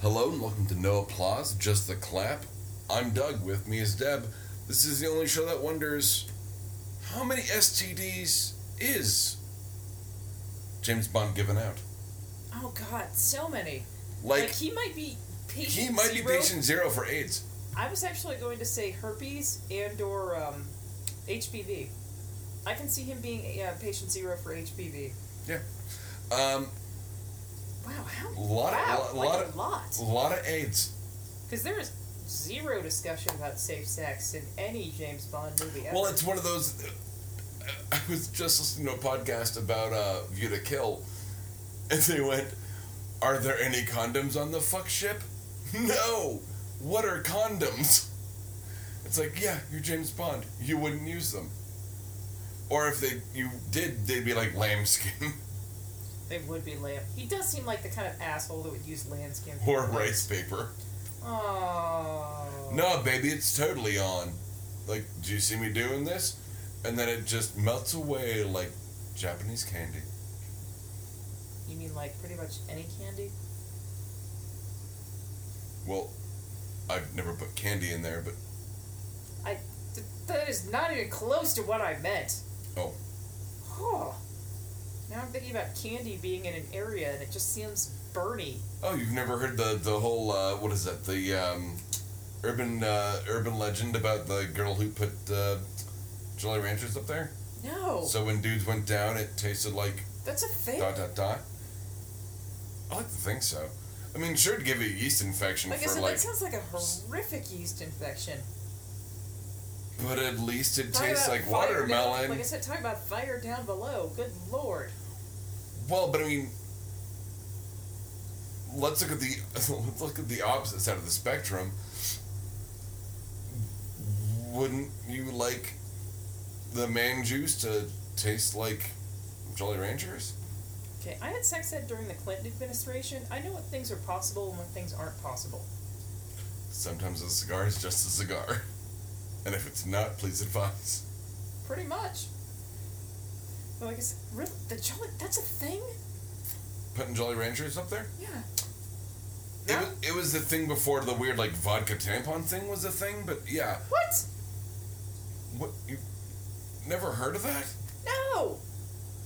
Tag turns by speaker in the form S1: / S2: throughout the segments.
S1: Hello and welcome to No Applause, Just the Clap. I'm Doug, with me is Deb. This is the only show that wonders how many STDs is James Bond given out?
S2: Oh God, so many. Like,
S1: Like,
S2: he might be patient.
S1: he might
S2: zero.
S1: be patient zero for AIDS.
S2: I was actually going to say herpes and or um, HPV. I can see him being uh, patient zero for HPV.
S1: Um,
S2: Wow, how
S1: Lot-
S2: wow,
S1: lot-
S2: like
S1: lot-
S2: a lot.
S1: a lot of AIDS.
S2: Because there is zero discussion about safe sex in any James Bond movie ever.
S1: Well, it's one of those. uh, I was just listening to a podcast about uh, View to Kill, and they went, "Are there any condoms on the fuck ship?" No. What are condoms? It's like, yeah, you're James Bond. You wouldn't use them. Or if they you did, they'd be like lambskin
S2: they would be lamb. He does seem like the kind of asshole that would use lambskin. for
S1: or
S2: clothes.
S1: rice paper.
S2: Oh.
S1: No, baby, it's totally on. Like, do you see me doing this? And then it just melts away like Japanese candy.
S2: You mean like pretty much any candy?
S1: Well, I've never put candy in there, but
S2: Th- that is not even close to what I meant.
S1: Oh.
S2: Huh. Now I'm thinking about candy being in an area and it just seems burny.
S1: oh, you've never heard the the whole uh, what is that the um, urban uh, urban legend about the girl who put uh, Jolly Ranchers up there?
S2: No.
S1: So when dudes went down, it tasted like
S2: that's a thing.
S1: dot dot dot. I like to think so. I mean, sure, it'd give you a yeast infection
S2: Like I
S1: for
S2: said,
S1: like,
S2: that sounds like a horrific yeast infection.
S1: but at least it
S2: Talk
S1: tastes
S2: about
S1: like
S2: fire down-
S1: watermelon.
S2: like I said, talking about fire down below. Good lord.
S1: Well, but I mean, let's look at the let's look at the opposite side of the spectrum. Wouldn't you like the man juice to taste like Jolly Ranchers?
S2: Okay, I had sex ed during the Clinton administration. I know what things are possible and what things aren't possible.
S1: Sometimes a cigar is just a cigar, and if it's not, please advise.
S2: Pretty much. But like I said, really, the jolly, that's a thing?
S1: Putting Jolly Ranchers up there.
S2: Yeah.
S1: It was, it was the thing before the weird like vodka tampon thing was a thing, but yeah,
S2: What?
S1: what you never heard of that?
S2: No!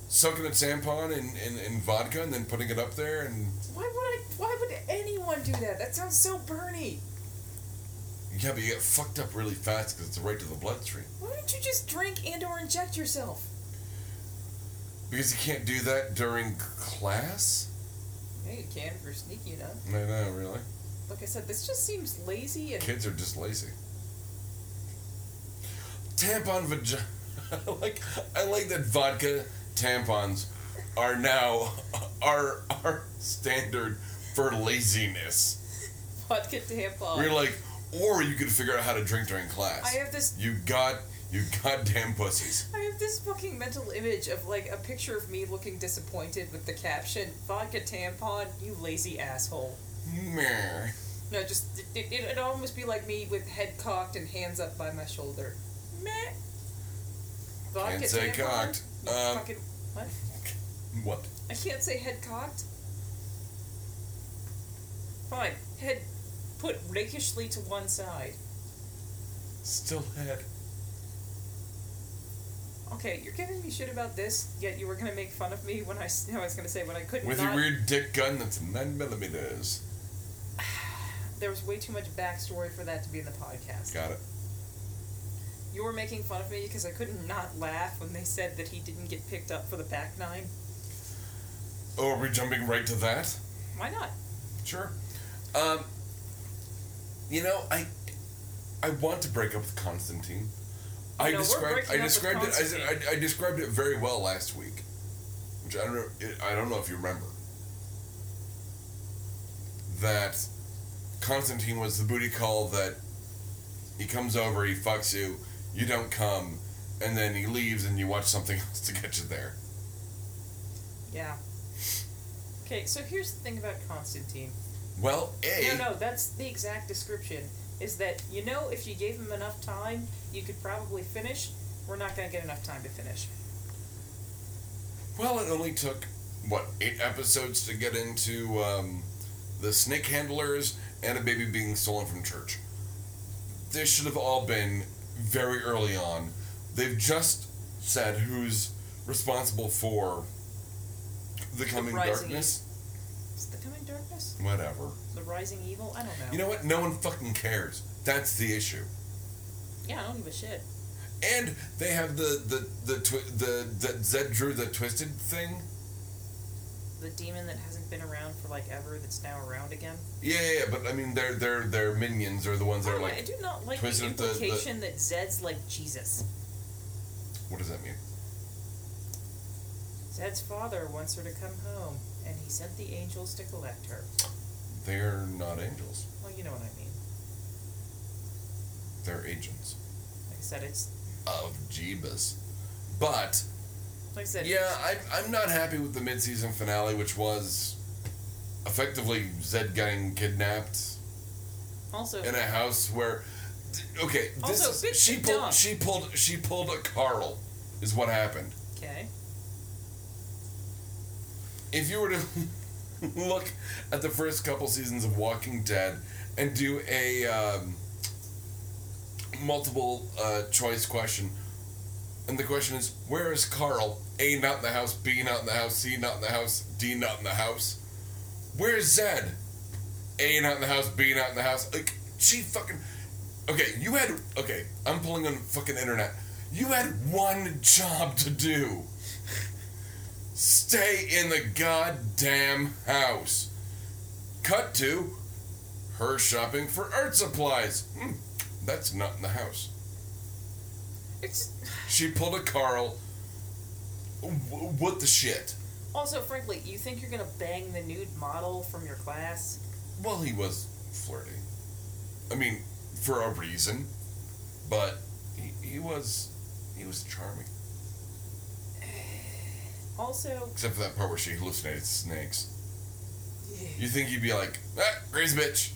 S1: soaking a tampon in, in, in vodka and then putting it up there and
S2: Why would I, why would anyone do that? That sounds so Bernie.
S1: yeah but you get fucked up really fast because it's right to the bloodstream
S2: Why don't you just drink and or inject yourself?
S1: because you can't do that during class
S2: Yeah, you can if you're sneaky enough.
S1: no no really
S2: Like I said, this just seems lazy and
S1: kids are just lazy tampon vagina I like I like that vodka tampons are now our our standard for laziness
S2: vodka tampon.
S1: we're like or you could figure out how to drink during
S2: Oh. I
S1: class
S2: have this
S1: you got you goddamn pussies
S2: I have this fucking mental image of like a picture of me looking disappointed with the caption, vodka tampon, you lazy asshole.
S1: Meh.
S2: No, just it, it, it'd almost be like me with head cocked and hands up by my shoulder. Meh. Vodka
S1: Can't say
S2: tampon,
S1: cocked.
S2: you
S1: Um,
S2: fucking, what?
S1: What?
S2: I can't say head cocked. Fine. Head put rakishly to one side.
S1: Still had.
S2: Okay, you're giving me shit about this, yet you were gonna make fun of me when I, s- I was gonna say when I couldn't.
S1: With
S2: not,
S1: your weird dick gun that's 9 millimeters.
S2: There was way too much backstory for that to be in the podcast.
S1: Got it.
S2: You were making fun of me because I couldn't not laugh when they said that he didn't get picked up for the back nine.
S1: Oh, are we jumping right to that?
S2: Why not?
S1: Sure. Um, you know, I I want to break up with Constantine. I
S2: No, we're
S1: described
S2: breaking
S1: I
S2: up with
S1: described it I,
S2: Constantine.
S1: I, I described it very well last week, which I don't know I don't know if you remember that Constantine was the booty call that he comes over he fucks you you don't come and then he leaves and you watch something else to get you there.
S2: Yeah. Okay, so here's the thing about Constantine.
S1: Well, a
S2: No, no, that's the exact description. Is that you know if you gave him enough time, you could probably finish. We're not gonna get enough time to finish.
S1: Well, it only took what eight episodes to get into um, the snake handlers, and a baby being stolen from church. This should have all been very early on. They've just said who's responsible for the coming
S2: rising
S1: darkness.
S2: Is the coming darkness?
S1: Whatever.
S2: The rising evil? I don't know.
S1: You know what? No one fucking cares. That's the issue.
S2: yeah, I don't give a shit.
S1: And they have the the the twi- the, the Zed drew the twisted thing.
S2: The demon that hasn't been around for like ever that's now around again.
S1: Yeah, yeah, yeah, but I mean, their their their minions are the ones that
S2: By
S1: are
S2: the way, I
S1: like,
S2: do not like the
S1: twisted up the- the-
S2: implication that Zed's like Jesus.
S1: what does that mean?
S2: Zed's father wants her to come home, and he sent the angels to collect her.
S1: They're not angels.
S2: Well, you know what I mean.
S1: They're agents
S2: Like I said, it's
S1: of Jeebus. But
S2: like I said,
S1: yeah, I, I'm not happy with the mid-season finale, which was effectively Zed getting kidnapped
S2: Also,
S1: in a house where. Okay, this
S2: Also,
S1: is-
S2: bitch,
S1: she
S2: you're
S1: pulled
S2: dumb.
S1: she pulled she pulled a Carl, is what happened.
S2: okay.
S1: if you were to look at the first couple seasons of Walking Dead and do a um, multiple uh, choice question, and the question is, where is Carl? A not in the house, B not in the house, C not in the house, D not in the house. Where's Zed? A not in the house, B not in the house. Like she fucking. Okay, you had okay. I'm pulling on fucking internet. You had one job to do. Stay in the goddamn house. Cut to her shopping for art supplies. Hmm, that's not in the house.
S2: It's
S1: She pulled a Carl. W- what the shit?
S2: also frankly, you think you're gonna bang the nude model from your class?
S1: Well, he was flirting. I mean, for a reason, but he, he was he was charming.
S2: Also,
S1: Except for that part where she hallucinated snakes.
S2: yeah,
S1: You think he'd be like, ah, crazy bitch.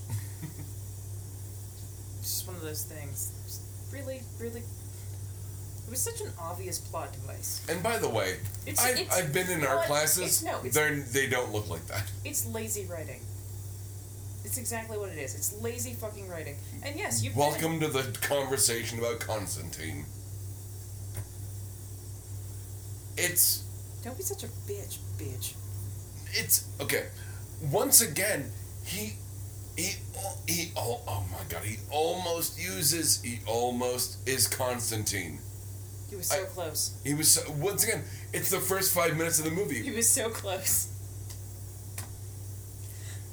S2: it's just one of those things. Just really, really, it was such an obvious plot device.
S1: And by the way,
S2: It's-
S1: I,
S2: it's-
S1: I've been in
S2: you know
S1: art
S2: what?
S1: classes.
S2: It's- no, it's-
S1: They're- they don't look like that.
S2: It's lazy writing. It's exactly what it is. It's lazy fucking writing. And yes, you've been in-
S1: Welcome to the conversation about Constantine. It's
S2: Don't be such a bitch, bitch.
S1: it's okay. Once again, he he al- he oh, oh my god, he almost uses he almost is Constantine.
S2: He was so
S1: I-
S2: close.
S1: He was so, once again, it's the first 5 minutes of the
S2: He
S1: movie.
S2: was so close.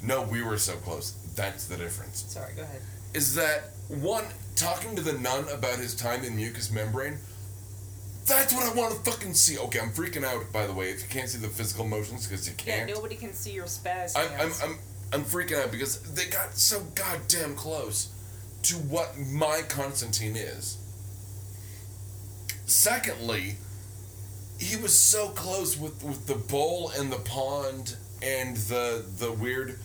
S1: No, we were so close. That's the difference.
S2: Sorry, go ahead.
S1: is that one talking to the nun about his time in mucous membrane. That's what I want to fucking see. Okay, I'm freaking out. By the way, if you can't see the physical motions, because you
S2: Yeah,
S1: can't.
S2: nobody can see your spaz.
S1: I'm, I'm,
S2: hands.
S1: I'm, I'm freaking out because they got so goddamn close to what my Constantine is. Secondly, he was so close with, with the bowl and the pond and the the weird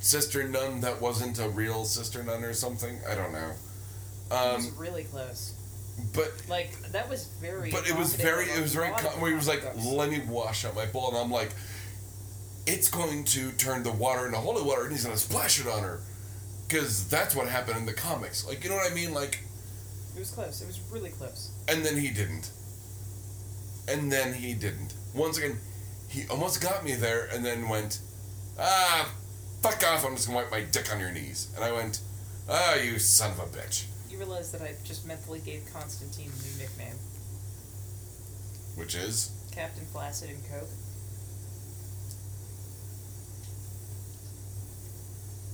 S1: sister nun that wasn't a real sister nun or something. I don't know.
S2: He was
S1: Um,
S2: really close.
S1: but
S2: Like that was very.
S1: but it was
S2: evocative
S1: very
S2: of
S1: it was
S2: a
S1: very
S2: lot of
S1: com- where he was like
S2: concepts.
S1: let me wash out my bowl and i'm like it's going to turn the water into holy water and he's going to splash it on her because that's what happened in the comics like you know what i mean like
S2: It was close. It was really close.
S1: and then he didn't and then he didn't once again he almost got me there and then went ah fuck off i'm just going to wipe my dick on your knees and i went ah you son of a bitch
S2: You realize that I just mentally gave Constantine a new nickname,
S1: which is
S2: Captain Flaccid and Coke.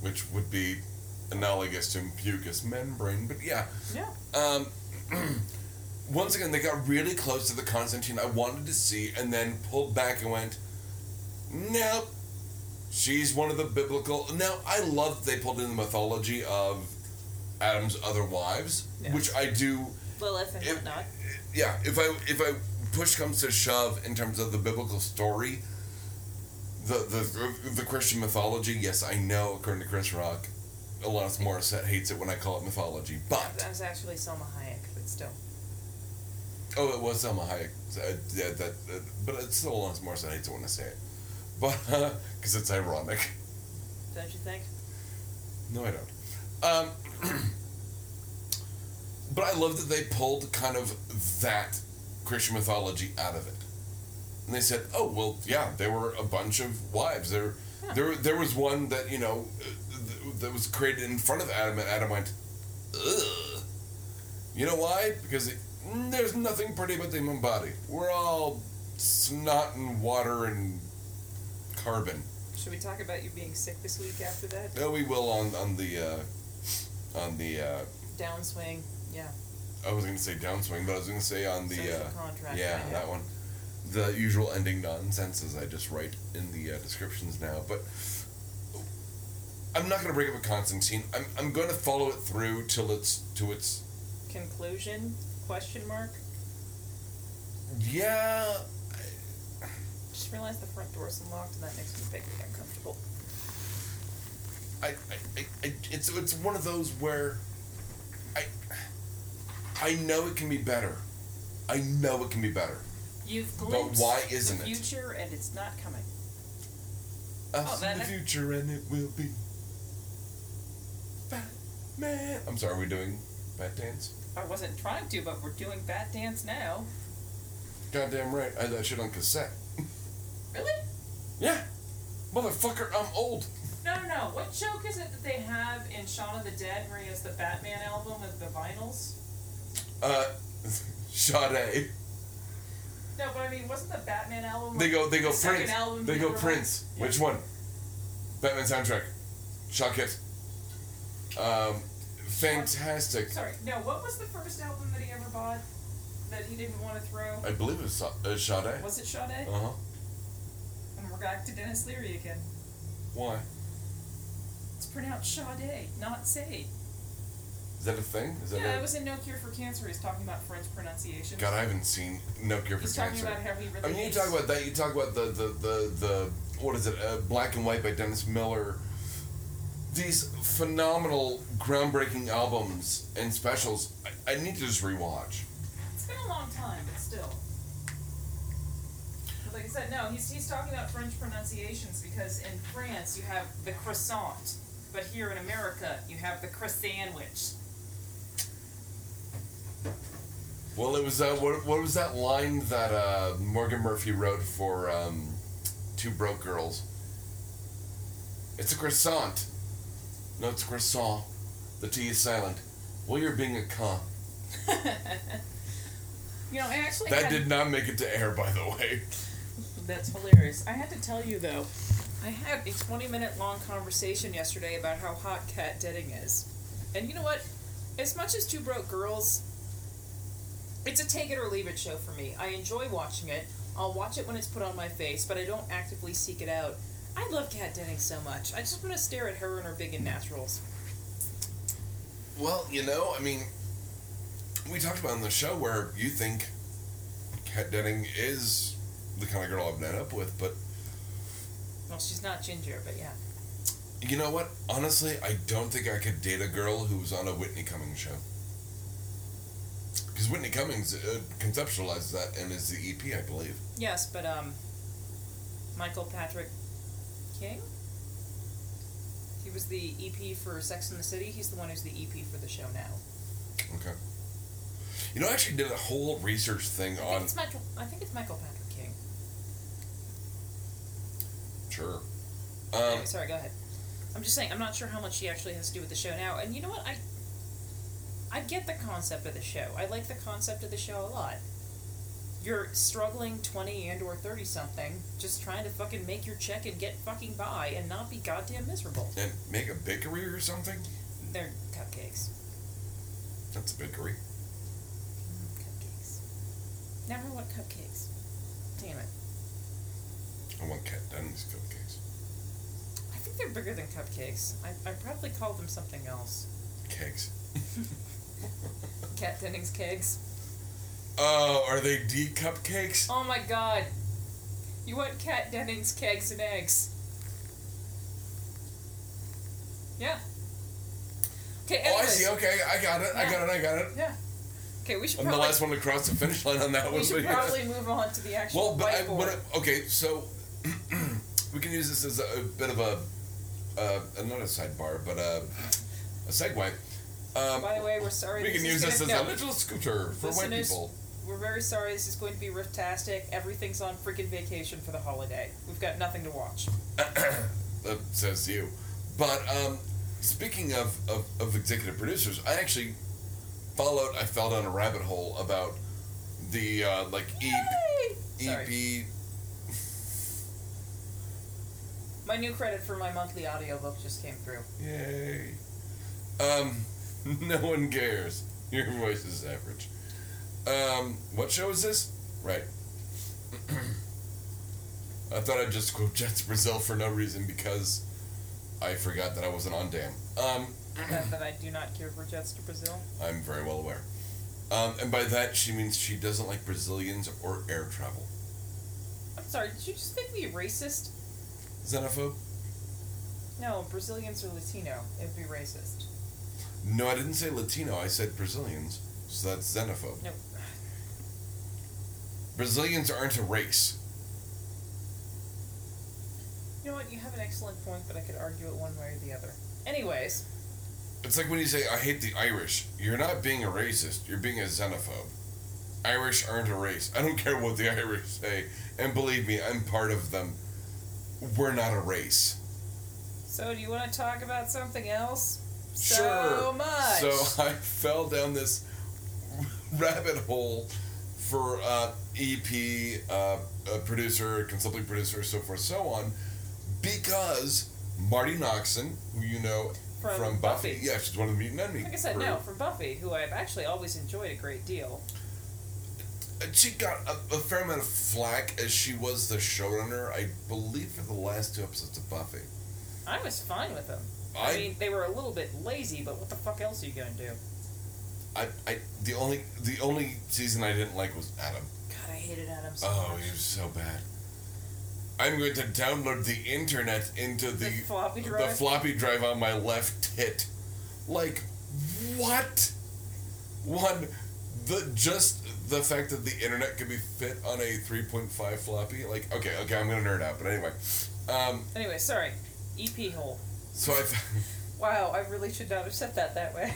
S1: which would be analogous to mucous membrane but yeah
S2: No,
S1: Um, once again, they got really close to the Constantine I wanted to see, and then pulled back and went, "Nope." She's one of the biblical. Now I love that they pulled in the mythology of Adam's other wives,
S2: Yeah.
S1: which I do.
S2: Lilith and
S1: It-
S2: whatnot.
S1: Yeah, if I if I push comes to shove in terms of the biblical story, the the the Christian mythology. Yes, I know according to Chris Rock, Alanis Morissette hates it when I call it mythology, but.
S2: That was actually Selma Hayek, but still.
S1: Oh, it was Selma Hayek. Uh, yeah, that, uh, but it's still Alanis Morissette. I hate to want to say it, but because it's ironic.
S2: don't you think?
S1: No, I don't. Um, but I love that they pulled kind of that Christian mythology out of it. And they said, "Oh well, yeah, there were a bunch of wives. There,
S2: Huh.
S1: there, there was one that you know uh, th- that was created in front of Adam, and Adam went, ugh. You know why? Because it, mm, there's nothing pretty about the human body. We're all snot and water and carbon.
S2: Should we talk about you being sick this week after that?
S1: Oh, we will on on the uh, on the." Uh,
S2: Downswing, yeah.
S1: I was gonna say downswing, but I was gonna say on the
S2: Social
S1: uh,
S2: contract,
S1: yeah
S2: right?
S1: that one, the usual ending nonsenses I just write in the uh, descriptions now. But I'm not gonna break up with Constantine. I'm I'm gonna follow it through till it's to its
S2: Conclusion? Question mark?
S1: yeah.
S2: Just realized the front door's unlocked, and that makes me vaguely uncomfortable.
S1: I, I, I, I it's it's one of those where I I know it can be better. I know it can be better.
S2: You've
S1: But
S2: glimpsed
S1: why isn't
S2: the
S1: it?
S2: future, and it's not coming.
S1: Us
S2: Oh,
S1: in the
S2: that-
S1: future, and it will be. Batman. I'm sorry, are we doing bat dance?
S2: I wasn't trying to, but we're doing Bat Dance now.
S1: Goddamn right, I had that shit on cassette.
S2: Really?
S1: Yeah, motherfucker, I'm old.
S2: No, no, no. What joke is it that they have in Shaun of the Dead where he has the Batman album with the vinyls?
S1: Uh, Sade.
S2: No, but I mean, wasn't the Batman album?
S1: They go, they go
S2: the Oh second
S1: Prince.
S2: album
S1: They
S2: he
S1: go
S2: ever
S1: Prince.
S2: wrote?
S1: Which one? Batman soundtrack. Shock it. Um, fantastic.
S2: Sorry, no. What was the first album that he ever bought that he didn't want to throw?
S1: I believe it was Sa- uh, Sade. Uh
S2: Was it Sade?
S1: huh.
S2: And we're back to Dennis Leary again.
S1: Why?
S2: It's pronounced Sade, not Say.
S1: Is that a thing? Is that
S2: Yeah,
S1: a-
S2: it was in No Cure for Cancer. He's talking about French pronunciation.
S1: God, I haven't seen No Cure for
S2: He's
S1: Cancer.
S2: talking about how he really.
S1: I mean, you
S2: hates-
S1: talk about that. You talk about the the the, the what is it? Uh, Black and White by Dennis Miller. These phenomenal, groundbreaking albums and specials. I, I need to just rewatch.
S2: It's been a long time, but still. But Like I said, no, he's, he's talking about French pronunciations because in France you have the croissant, but here in America you have the croissandwich.
S1: Well, it was uh, what what was that line that uh, Morgan Murphy wrote for um, Two Broke Girls? It's a croissant. No, it's a croissant. The T is silent. Well, you're being a con.
S2: You know, I actually
S1: That
S2: had-
S1: did not make it to air, by the way.
S2: That's hilarious. I had to tell you though, I had a 20 minute long conversation yesterday about how hot Kat Deading is. And you know what? As much as Two Broke Girls, it's a take it or leave it show for me. I enjoy watching it. I'll watch it when it's put on my face, but I don't actively seek it out. I love Kat Denning so much. I just want to stare at her and her big and naturals.
S1: Well, you know, I mean, we talked about on the show where you think Kat Denning is the kind of girl I've met up with, but
S2: Well, she's not ginger, but yeah.
S1: you know what? Honestly, I don't think I could date a girl who was on a Whitney Cummings show. Because Whitney Cummings uh, conceptualized that and is the EP, I believe.
S2: Yes, but um, Michael Patrick King. He was the EP for Sex in the City. He's the one who's the EP for the show now.
S1: Okay. You know, I actually did a whole research thing
S2: I think
S1: on.
S2: it's Michael. I think it's Michael Patrick King.
S1: Sure.
S2: Anyway,
S1: Um,
S2: sorry, go ahead. I'm just saying. I'm not sure how much he actually has to do with the show now. And you know what? I I get the concept of the show. I like the concept of the show a lot. You're struggling twenty and or thirty something, just trying to fucking make your check and get fucking by and not be goddamn miserable.
S1: and make a bakery or something?
S2: They're cupcakes.
S1: That's a bakery.
S2: Cupcakes. Never want cupcakes. Damn it.
S1: I want Kat Denning's cupcakes.
S2: I think they're bigger than cupcakes. I, I probably called them something else.
S1: Cakes.
S2: Cat Dennings cakes.
S1: Oh, are they D cupcakes?
S2: Oh my god. You want Cat Dennings cakes and eggs. Yeah. Okay,
S1: Oh, I
S2: anyways.
S1: see. Okay, I got it. I
S2: Yeah.
S1: got it. I got it.
S2: Yeah. Okay, we should
S1: I'm the
S2: probably,
S1: last one to cross the finish line on that
S2: we
S1: one.
S2: should
S1: but yeah.
S2: probably move on to the
S1: Well,
S2: actual
S1: but uh, I,
S2: whiteboard.
S1: what I- okay, so we can use this as a, a bit of a uh, not a sidebar, but uh, a segue. Um,
S2: By the way, we're sorry.
S1: we
S2: this
S1: can
S2: is
S1: use
S2: gonna-
S1: this as
S2: no,
S1: a little scooter for white
S2: Listeners-
S1: people.
S2: We're very sorry. This is going to be riftastic. Everything's on freaking vacation for the holiday. We've got nothing to watch.
S1: That says you. But um, speaking of, of, of executive producers, I actually followed. I fell down a rabbit hole about the uh, like E EP.
S2: Yay! Sorry.
S1: EP
S2: My new credit for my monthly audiobook just came through.
S1: Yay. Um, no one cares. Your voice is average. Um, what show is this? Right. I thought I'd just quote Jets Brazil for no reason because I forgot that I wasn't on damn. Um,
S2: that, that I do not care for Jets to Brazil.
S1: I'm very well aware. Um, and by that she means she doesn't like Brazilians or air travel.
S2: I'm sorry. Did you just make me a racist?
S1: Xenophobe?
S2: No, Brazilians are Latino. It'd be racist.
S1: No, I didn't say Latino. I said Brazilians. So that's xenophobe.
S2: No.
S1: Brazilians aren't a race.
S2: You know what? You have an excellent point, but I could argue it one way or the other. Anyways,
S1: It's like when you say, I hate the Irish. You're not being a racist, you're being a xenophobe. Irish aren't a race. I don't care what the Irish say. And believe me, I'm part of them. We're not a race.
S2: so do you want to talk about something else? So
S1: sure.
S2: much.
S1: So I fell down this rabbit hole for uh, EP, uh, a producer, consulting producer, so forth, so on, because Marty Noxon, who you know
S2: From
S1: Buffy,
S2: Buffy.
S1: yeah, she's one of the Mutant Enemy.
S2: Like I said,
S1: crew.
S2: no, from Buffy, who I've actually always enjoyed a great deal.
S1: she got a, a fair amount of flack as she was the showrunner, I believe, for the last two episodes of Buffy.
S2: I was fine with them. I,
S1: I, I,
S2: mean, they were a little bit lazy, but what the fuck else are you gonna do?
S1: I, the only, the only season I didn't like was Adam.
S2: God, I hated Adam so
S1: Oh,
S2: much.
S1: he was so bad. I'm going to download the internet into the
S2: The floppy
S1: the
S2: drive?
S1: floppy drive on my left tit. Like, what? One, the just the fact that the internet could be fit on a 3.5 floppy. Like, okay, okay, I'm gonna nerd out, but anyway. Um,
S2: Anyway, sorry. EP hole.
S1: So I,
S2: Wow, I really should not have said that that way.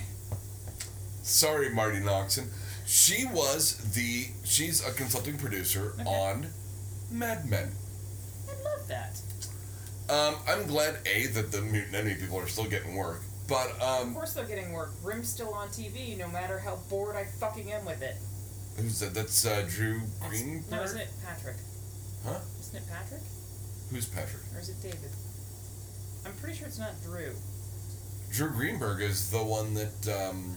S1: sorry, Marty Noxon. She was the she's a consulting producer
S2: Okay.
S1: on Mad Men.
S2: I love that.
S1: Um, I'm glad a that the mutant enemy people are still getting work, but
S2: Of
S1: um,
S2: course they're getting work. Rim's still on TV, no matter how bored I fucking am with it.
S1: who's that? That's uh, Drew
S2: That's-
S1: Green.
S2: No, isn't it Patrick?
S1: Huh?
S2: Isn't it Patrick?
S1: Who's Patrick?
S2: Or is it David? I'm pretty sure it's not Drew.
S1: Drew Greenberg is the one that. Um,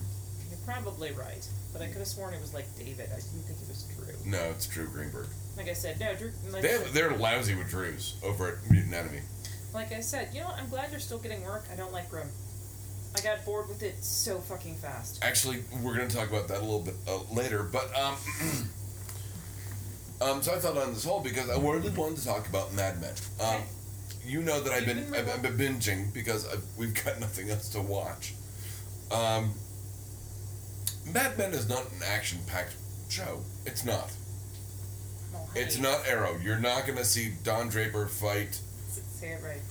S2: You're probably right, but I could have sworn it was like David. I didn't think it was Drew.
S1: no, it's Drew Greenberg.
S2: Like I said, no, Drew. Like,
S1: They
S2: I
S1: have,
S2: said-
S1: they're lousy with Drews over at Mutant Enemy.
S2: like I said, you know, what? I'm glad they're still getting work. I don't like Rim. I got bored with it so fucking fast.
S1: actually we're going to talk about that a little bit uh, later but um, um so i fell down this hole because i really wanted to talk about mad men um,
S2: Okay.
S1: you know that i've
S2: You've
S1: been,
S2: been
S1: I've, I've been binging because I've, we've got nothing else to watch um, mad men is not an action-packed show it's not
S2: Well,
S1: it's
S2: hey,
S1: not arrow you're not going to see don draper fight
S2: s- Say it right.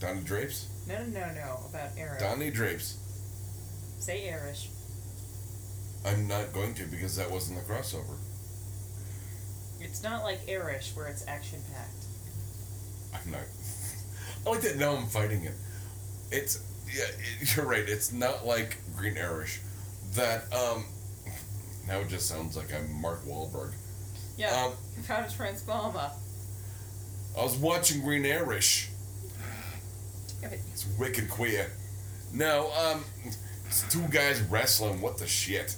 S1: donnie drapes
S2: No, no, no, no. About Arrow.
S1: donnie drapes
S2: Say Irish.
S1: i'm not going to because that wasn't the crossover
S2: It's not like Irish where it's action packed.
S1: I'm not. I like that now I'm fighting it. It's yeah, it, you're right. It's not like Green Irish. That um, now it just sounds like I'm Mark Wahlberg.
S2: Yeah.
S1: Um,
S2: How to Transformer.
S1: I was watching Green Irish.
S2: Damn it.
S1: It's wicked queer. No, um, it's two guys wrestling. What the shit?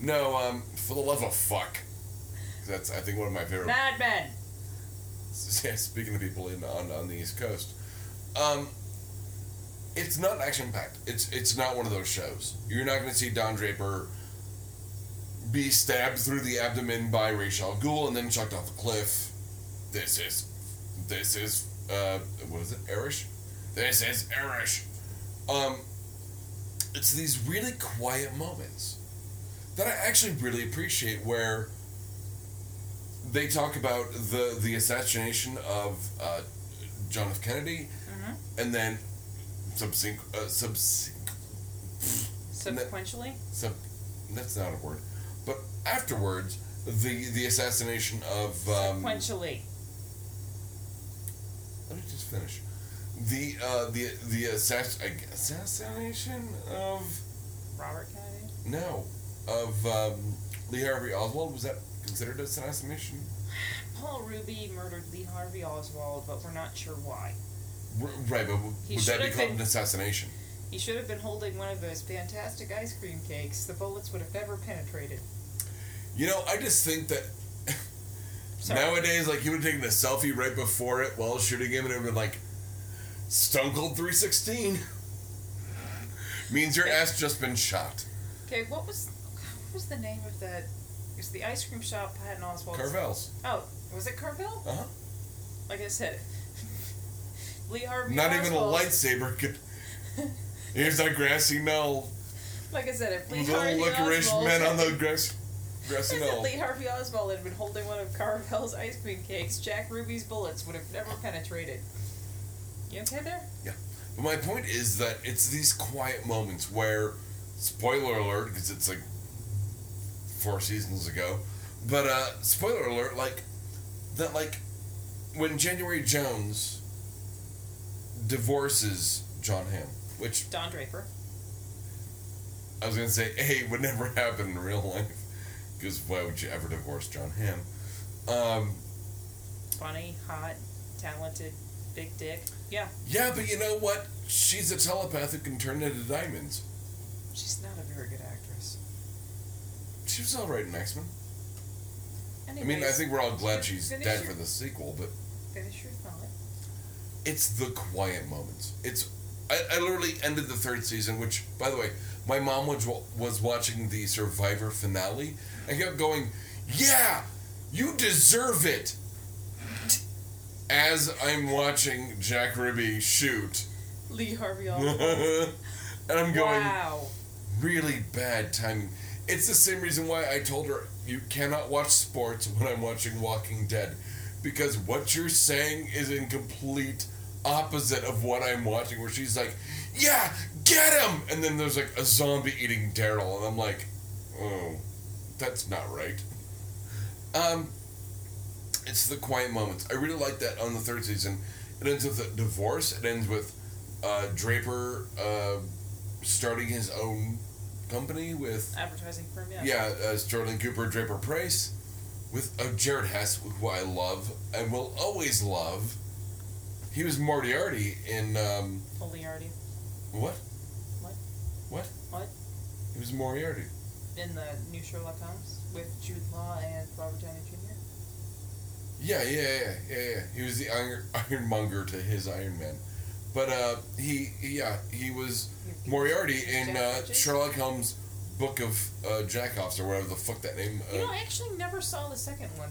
S1: No, um, for the love of fuck. That's I think one of my favorite
S2: Mad Men.
S1: Yeah, speaking to people in on, on the East Coast, um, it's not action packed. It's it's not one of those shows. You're not going to see Don Draper be stabbed through the abdomen by Rachel Ghoul and then chucked off a cliff. This is this is uh, what is it? Irish. This is Irish. Um, it's these really quiet moments that I actually really appreciate where they talk about the the assassination of uh, John F. Kennedy
S2: Mm-hmm.
S1: and then subsequ uh, subse-
S2: Subsequently,
S1: sub that's not a word, but afterwards the the assassination of um,
S2: sequentially.
S1: let me just finish the uh, the the assass- I gu- assassination of
S2: Robert Kennedy.
S1: no of um, Lee Harvey Oswald was that considered assassination?
S2: Paul Ruby murdered Lee Harvey Oswald, but we're not sure why.
S1: R- right, but w-
S2: He
S1: would that
S2: should
S1: be
S2: have
S1: called
S2: been-
S1: an assassination?
S2: He should have been holding one of those fantastic ice cream cakes. The bullets would have never penetrated.
S1: You know, I just think that
S2: Sorry.
S1: nowadays, like, he would have taken a selfie right before it while shooting him, and it would have been like, Stone Cold 316 means your ass just been shot.
S2: Okay, what was what was the name of that? It was the ice cream shop Patton Oswald.
S1: Carvel's.
S2: Oh, was it Carvel?
S1: Uh huh.
S2: Like I said, Lee Harvey.
S1: Not even a
S2: Oswald-
S1: lightsaber could. Here's that grassy knoll.
S2: Like I said, if Lee
S1: Little
S2: Harvey
S1: licorice
S2: Oswald
S1: men on
S2: had-
S1: the grass, grassy
S2: If
S1: knoll.
S2: Lee Harvey Oswald had been holding one of Carvel's ice cream cakes, Jack Ruby's bullets would have never penetrated. You okay there?
S1: But my point is that it's these quiet moments where, spoiler alert, because it's like four seasons ago, but uh, spoiler alert, like that, like when January Jones divorces John Hamm, which
S2: Don Draper.
S1: I was gonna say A would never happen in real life, because why would you ever divorce John Hamm? Um,
S2: Funny, hot, talented, big dick. Yeah,
S1: yeah, but you know what? She's a telepath who can turn into diamonds.
S2: she's not a very good actress.
S1: She was all right in X Men. I
S2: Anyways,
S1: mean, I think we're all glad she's
S2: finish
S1: dead
S2: your-
S1: for the sequel, but
S2: Finish your thought.
S1: it's the quiet moments. It's I, I literally ended the third season, which, by the way, my mom was wa- was watching the Survivor finale. I kept going, "Yeah, you deserve it." As I'm watching Jack Ruby shoot,
S2: Lee Harvey
S1: and
S2: Oswald.
S1: I'm going,
S2: wow.
S1: really bad timing. It's the same reason why I told her you cannot watch sports when I'm watching Walking Dead, because what you're saying is in complete opposite of what I'm watching. Where she's like, "Yeah, get him," and then there's like a zombie eating Daryl, and I'm like, "Oh, that's not right." Um, it's the quiet moments. I really like that on the third season. It ends with a divorce. It ends with uh, Draper uh, starting his own company with
S2: Advertising firm, yeah.
S1: yeah, uh, Sterling Cooper, Draper Price, with uh, Jared Hess, who I love and will always love. He was Moriarty in um,
S2: Moriarty.
S1: what?
S2: What?
S1: What?
S2: What?
S1: He was Moriarty.
S2: In the new Sherlock Holmes with Jude Law and Robert Downey Jr.
S1: Yeah, yeah, yeah, yeah, yeah. He was the iron ironmonger to his Iron Man, but uh, he yeah he was
S2: You're-
S1: Moriarty
S2: Jack
S1: in uh,
S2: Bridges?
S1: Sherlock Holmes' book of uh, Jackoffs or whatever the fuck that name. Uh,
S2: You know, I actually never saw the second one.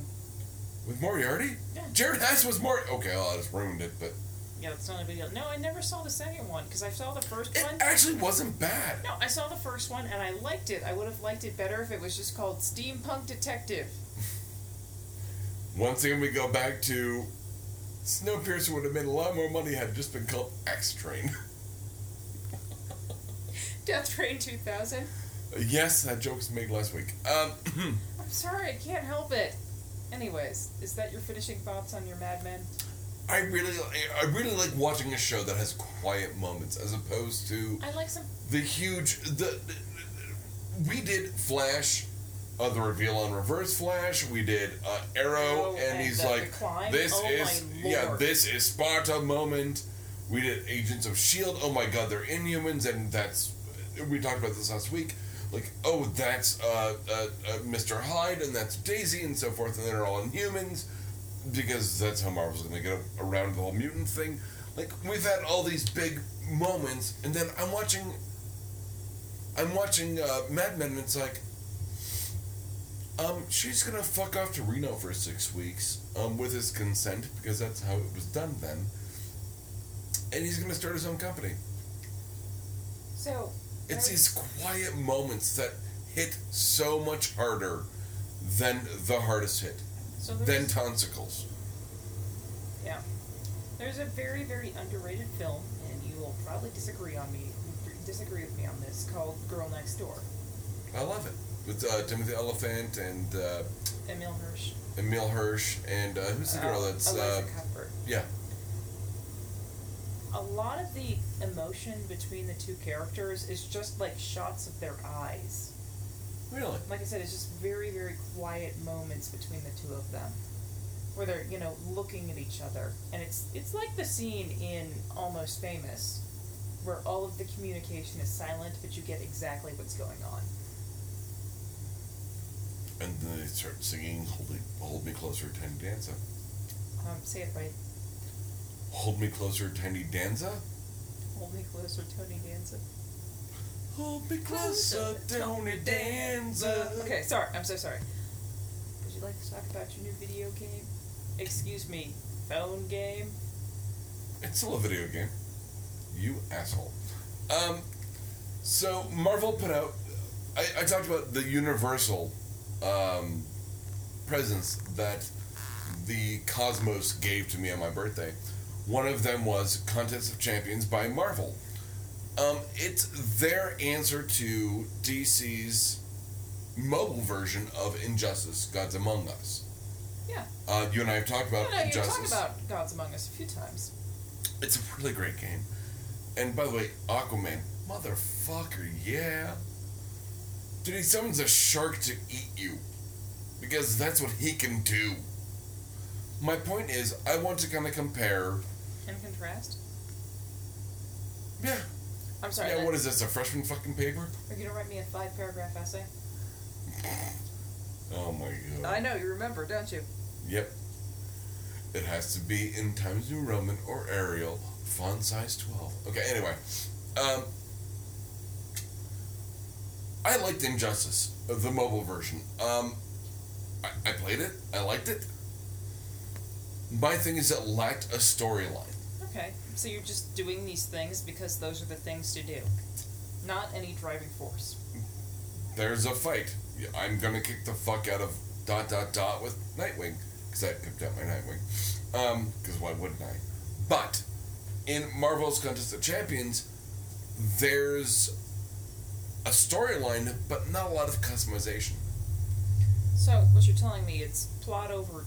S1: with Moriarty,
S2: Yeah.
S1: Jared Hess was Mor. Okay, well, I just ruined it, but
S2: Yeah, that's not a big deal. No, I never saw the second one because I saw the first
S1: it
S2: one.
S1: actually wasn't bad.
S2: No, I saw the first one and I liked it. I would have liked it better if it was just called Steampunk Detective.
S1: Once again, we go back to Snowpiercer would have made a lot more money had it just been called X Train.
S2: Death Train 2000.
S1: yes, that joke was made last week. Um,
S2: I'm sorry, I can't help it. Anyways, is that your finishing thoughts on your Mad Men?
S1: I really, I really like watching a show that has quiet moments as opposed to
S2: I like some.
S1: the huge. The, the- we did Flash, uh, the reveal on Reverse Flash. We did uh, Arrow,
S2: Arrow
S1: and
S2: Oh, and
S1: he's
S2: the-
S1: like,
S2: the climb.
S1: "This
S2: Oh my
S1: is yeah,
S2: lord."
S1: this is Sparta moment." We did Agents of Shield. Oh my God, they're Inhumans, and that's we talked about this last week. Like, oh, that's uh, uh, uh, Mr. Hyde, and that's Daisy, and so forth, and they're all Inhumans because that's how Marvel's going to get around the whole mutant thing. Like we've had all these big moments, and then I'm watching. I'm watching uh, Mad Men, and it's like, um, she's gonna fuck off to Reno for six weeks, um, with his consent because that's how it was done then. And he's gonna start his own company.
S2: So.
S1: It's
S2: there-
S1: these quiet moments that hit so much harder than the hardest hit,
S2: so
S1: than
S2: there's-
S1: tonsicles.
S2: Yeah. There's a very, very underrated film, and you will probably disagree on me, disagree with me on this, called Girl Next Door.
S1: I love it with uh, Timothy Elephant and uh,
S2: Emil Hirsch.
S1: Emil Hirsch and uh, who's the girl
S2: Uh,
S1: that's uh,
S2: Eliza Cuthbert.
S1: yeah
S2: A lot of the emotion between the two characters is just like shots of their eyes.
S1: really
S2: Like I said, it's just very, very quiet moments between the two of them, where they're you know looking at each other, and it's it's like the scene in Almost Famous, where all of the communication is silent, but you get exactly what's going on.
S1: and then they start singing hold me, hold me closer tiny danza
S2: Um, say it right.
S1: hold me closer tiny danza
S2: Hold me closer, Tony Danza.
S1: hold me closer tiny danza
S2: Okay, sorry. I'm so sorry. Would you like to talk about your new video game? Excuse me, phone game.
S1: It's still a video game. You asshole. Um, so Marvel put out. I, I talked about the universal um, presence that the cosmos gave to me on my birthday. One of them was Contest of Champions by Marvel. Um, it's their answer to DC's mobile version of Injustice: Gods Among Us.
S2: Yeah.
S1: Uh, you and I have talked about
S2: no, no, you
S1: Injustice.
S2: talked about Gods Among Us a few times.
S1: It's a really great game. And by the way, Aquaman, motherfucker, yeah. Dude, he summons a shark to eat you. Because that's what he can do. My point is, I want to kind of compare.
S2: In contrast,
S1: Yeah.
S2: I'm sorry.
S1: yeah,
S2: that-
S1: what is this, a freshman fucking paper?
S2: Are you gonna write me a five paragraph essay?
S1: Oh my god.
S2: I know you remember, don't you?
S1: Yep. It has to be in Times New Roman or Arial, font size 12. Okay, anyway. Um, I liked Injustice, uh, the mobile version. Um, I, I played it, I liked it. My thing is, it lacked a storyline.
S2: Okay. So you're just doing these things because those are the things to do, not any driving force.
S1: There's a fight. Yeah, I'm gonna kick the fuck out of dot dot dot with Nightwing because I picked out my Nightwing. Um, because why wouldn't I? But in Marvel's Contest of Champions, there's a storyline, but not a lot of customization.
S2: So what you're telling me, it's plot over.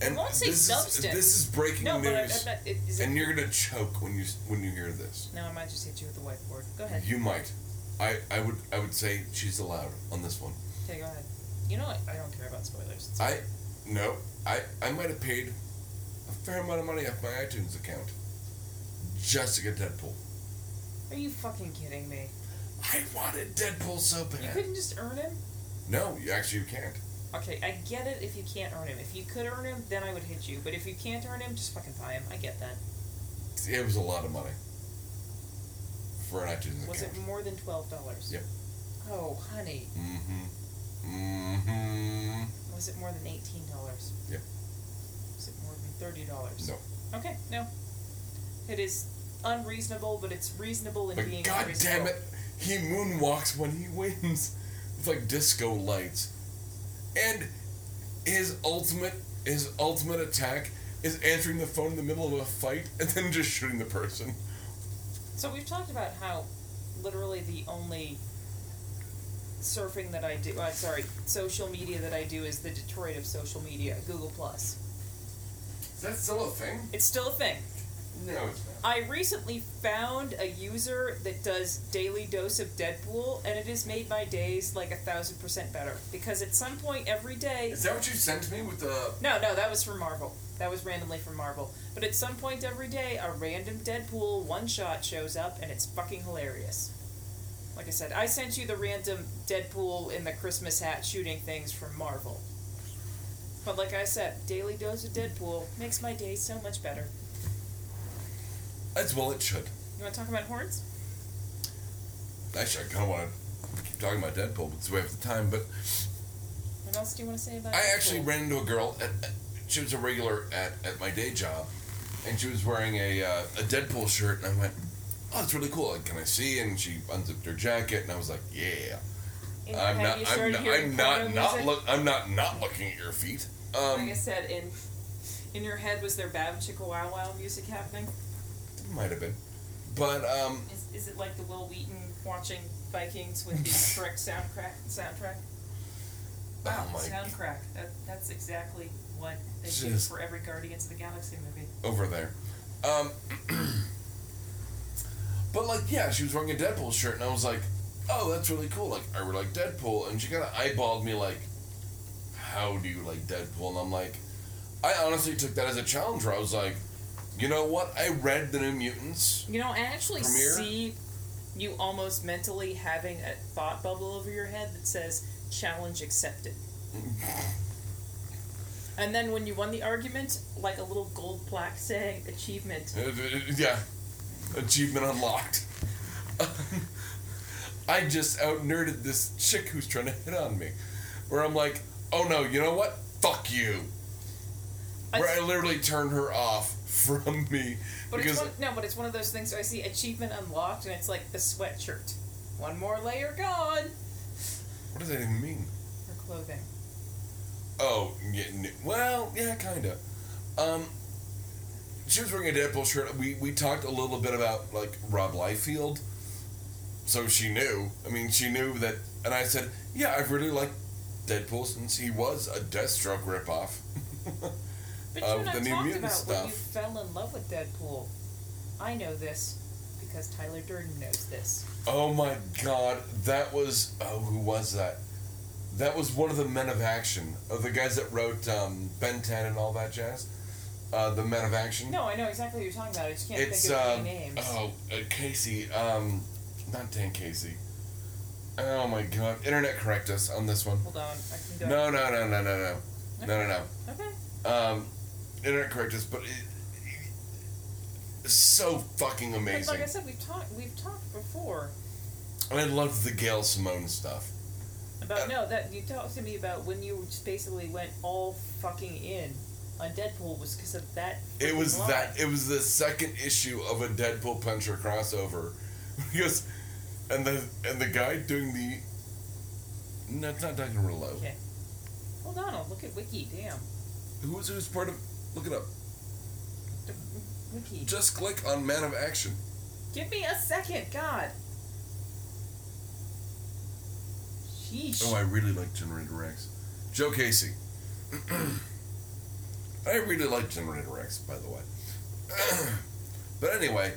S1: And
S2: won't say
S1: this
S2: substance.
S1: Is, this is breaking
S2: No, but I, I
S1: news,
S2: bet it is. It,
S1: and you're gonna choke when you when you hear this.
S2: no, I might just hit you with the whiteboard. Go ahead.
S1: You might. I, I would I would say she's allowed on this one.
S2: Okay, go ahead. You know what? I don't care about spoilers. It's
S1: I no, I I might have paid a fair amount of money off my iTunes account just to get Deadpool.
S2: Are you fucking kidding me?
S1: I wanted Deadpool so
S2: You
S1: bad.
S2: couldn't just earn him?
S1: No, you actually you can't.
S2: Okay, I get it if you can't earn him. If you could earn him, then I would hit you. But if you can't earn him, just fucking buy him. I get that.
S1: It was a lot of money for an iTunes
S2: Was it
S1: account.
S2: more than twelve dollars?
S1: Yep.
S2: Oh, honey.
S1: Mm-hmm. Mm-hmm.
S2: Was it more than eighteen dollars?
S1: Yep.
S2: Was it more than thirty dollars?
S1: No,
S2: Okay, no. It is unreasonable, but it's reasonable in
S1: but
S2: being
S1: god damn
S2: unreasonable.
S1: it, he moonwalks when he wins with like disco lights, and his ultimate his ultimate attack is answering the phone in the middle of a fight and then just shooting the person.
S2: So we've talked about how literally the only surfing that I do, uh, sorry, social media that I do is the Detroit of social media, Google Plus.
S1: Is that still a thing?
S2: It's still a thing.
S1: No, it's not.
S2: I recently found a user that does daily dose of Deadpool, and it has made my days like a thousand percent better. Because at some point every day,
S1: Is that what you sent me with the?
S2: no, no, that was from Marvel. That was randomly from Marvel. But at some point every day, a random Deadpool one shot shows up, and it's fucking hilarious. Like I said, I sent you the random Deadpool in the Christmas hat shooting things from Marvel. But like I said, daily dose of Deadpool makes my day so much better.
S1: As well, it should.
S2: You want to talk about horns?
S1: Actually, I kind of want to keep talking about Deadpool because we have the time. But
S2: What else do you want to say about?
S1: I
S2: Deadpool?
S1: actually ran into a girl. At, at- she was a regular at, at my day job, and she was wearing a uh, a Deadpool shirt, and I went, "Oh, that's really cool. Like, can I see?" And she unzipped her jacket, and I was like, "Yeah."
S2: And
S1: I'm
S2: have
S1: not.
S2: you
S1: I'm
S2: started
S1: not.
S2: hearing
S1: I'm not.
S2: porno
S1: Not
S2: music?
S1: look. I'm not. Not looking at your feet. Um,
S2: Like I said, in in your head was there Bab Chicka Wow Wow music happening?
S1: Might have been. But um
S2: Is, is it like the Will Wheaton watching Vikings with the correct soundtrack? Soundtrack. Wow,
S1: oh my
S2: soundtrack. That, that's exactly what they do
S1: Just-
S2: for every Guardians of the Galaxy movie.
S1: over there. Um But like yeah, she was wearing a Deadpool shirt and I was like, Oh, that's really cool. Like I really like Deadpool and she kinda eyeballed me like, How do you like Deadpool? And I'm like I honestly took that as a challenge where I was like, you know what? I read the New Mutants.
S2: You know, I actually
S1: Premiere?
S2: see you almost mentally having a thought bubble over your head that says challenge accepted. and then when you won the argument, like a little gold plaque saying achievement.
S1: Uh, yeah, achievement unlocked. I just out nerded this chick who's trying to hit on me. Where I'm like, oh no, you know what? Fuck you.
S2: I-
S1: Where I literally turned her off from me.
S2: But
S1: because
S2: it's one, no, but it's one of those things where I see achievement unlocked and it's like the sweatshirt. One more layer gone.
S1: what does that even mean?
S2: Her clothing.
S1: Oh, yeah, n- well, yeah, kinda. Um, she was wearing a Deadpool shirt. We we talked a little bit about like Rob Liefeld, so she knew. I mean, she knew that. And I said, yeah, I've really liked Deadpool since he was a Deathstroke ripoff.
S2: But
S1: Uh,
S2: you
S1: with
S2: and I
S1: the New
S2: talked
S1: Mutant
S2: about when you
S1: stuff.
S2: fell in love with Deadpool. I know this because Tyler Durden knows this.
S1: oh my God, that was oh who was that? That was one of the Men of Action, of the guys that wrote um, Ben 10 and all that jazz. Uh, the Men of Action.
S2: No, I know exactly what you're talking about. I just can't
S1: it's
S2: think of
S1: um,
S2: any names.
S1: oh uh, Casey, um, not Dan Casey. Oh my God! Internet correct us on this one.
S2: Hold on, I can go.
S1: No, no, no, no, no, no, no, no,
S2: Okay.
S1: no. Um, internet correct us, but it, it's so fucking
S2: But
S1: amazing.
S2: like I said, we've talked we've talked before
S1: And I loved the Gail Simone stuff.
S2: about no that you talked to me about when you just basically went all fucking in on Deadpool was because of that.
S1: It
S2: freaking
S1: was
S2: line.
S1: that. It was the second issue of a Deadpool Puncher crossover, because, and the and the guy doing the. No, it's not Duncan Rouleau.
S2: Okay. Hold on, I'll look at Wiki. Damn,
S1: Who's who's part of? Look it up.
S2: D- Wiki.
S1: Just click on Man of Action.
S2: Give me a second, God. Sheesh.
S1: Oh, I really like Generator Rex. Joe Casey. I really like Generator Rex, by the way. but anyway,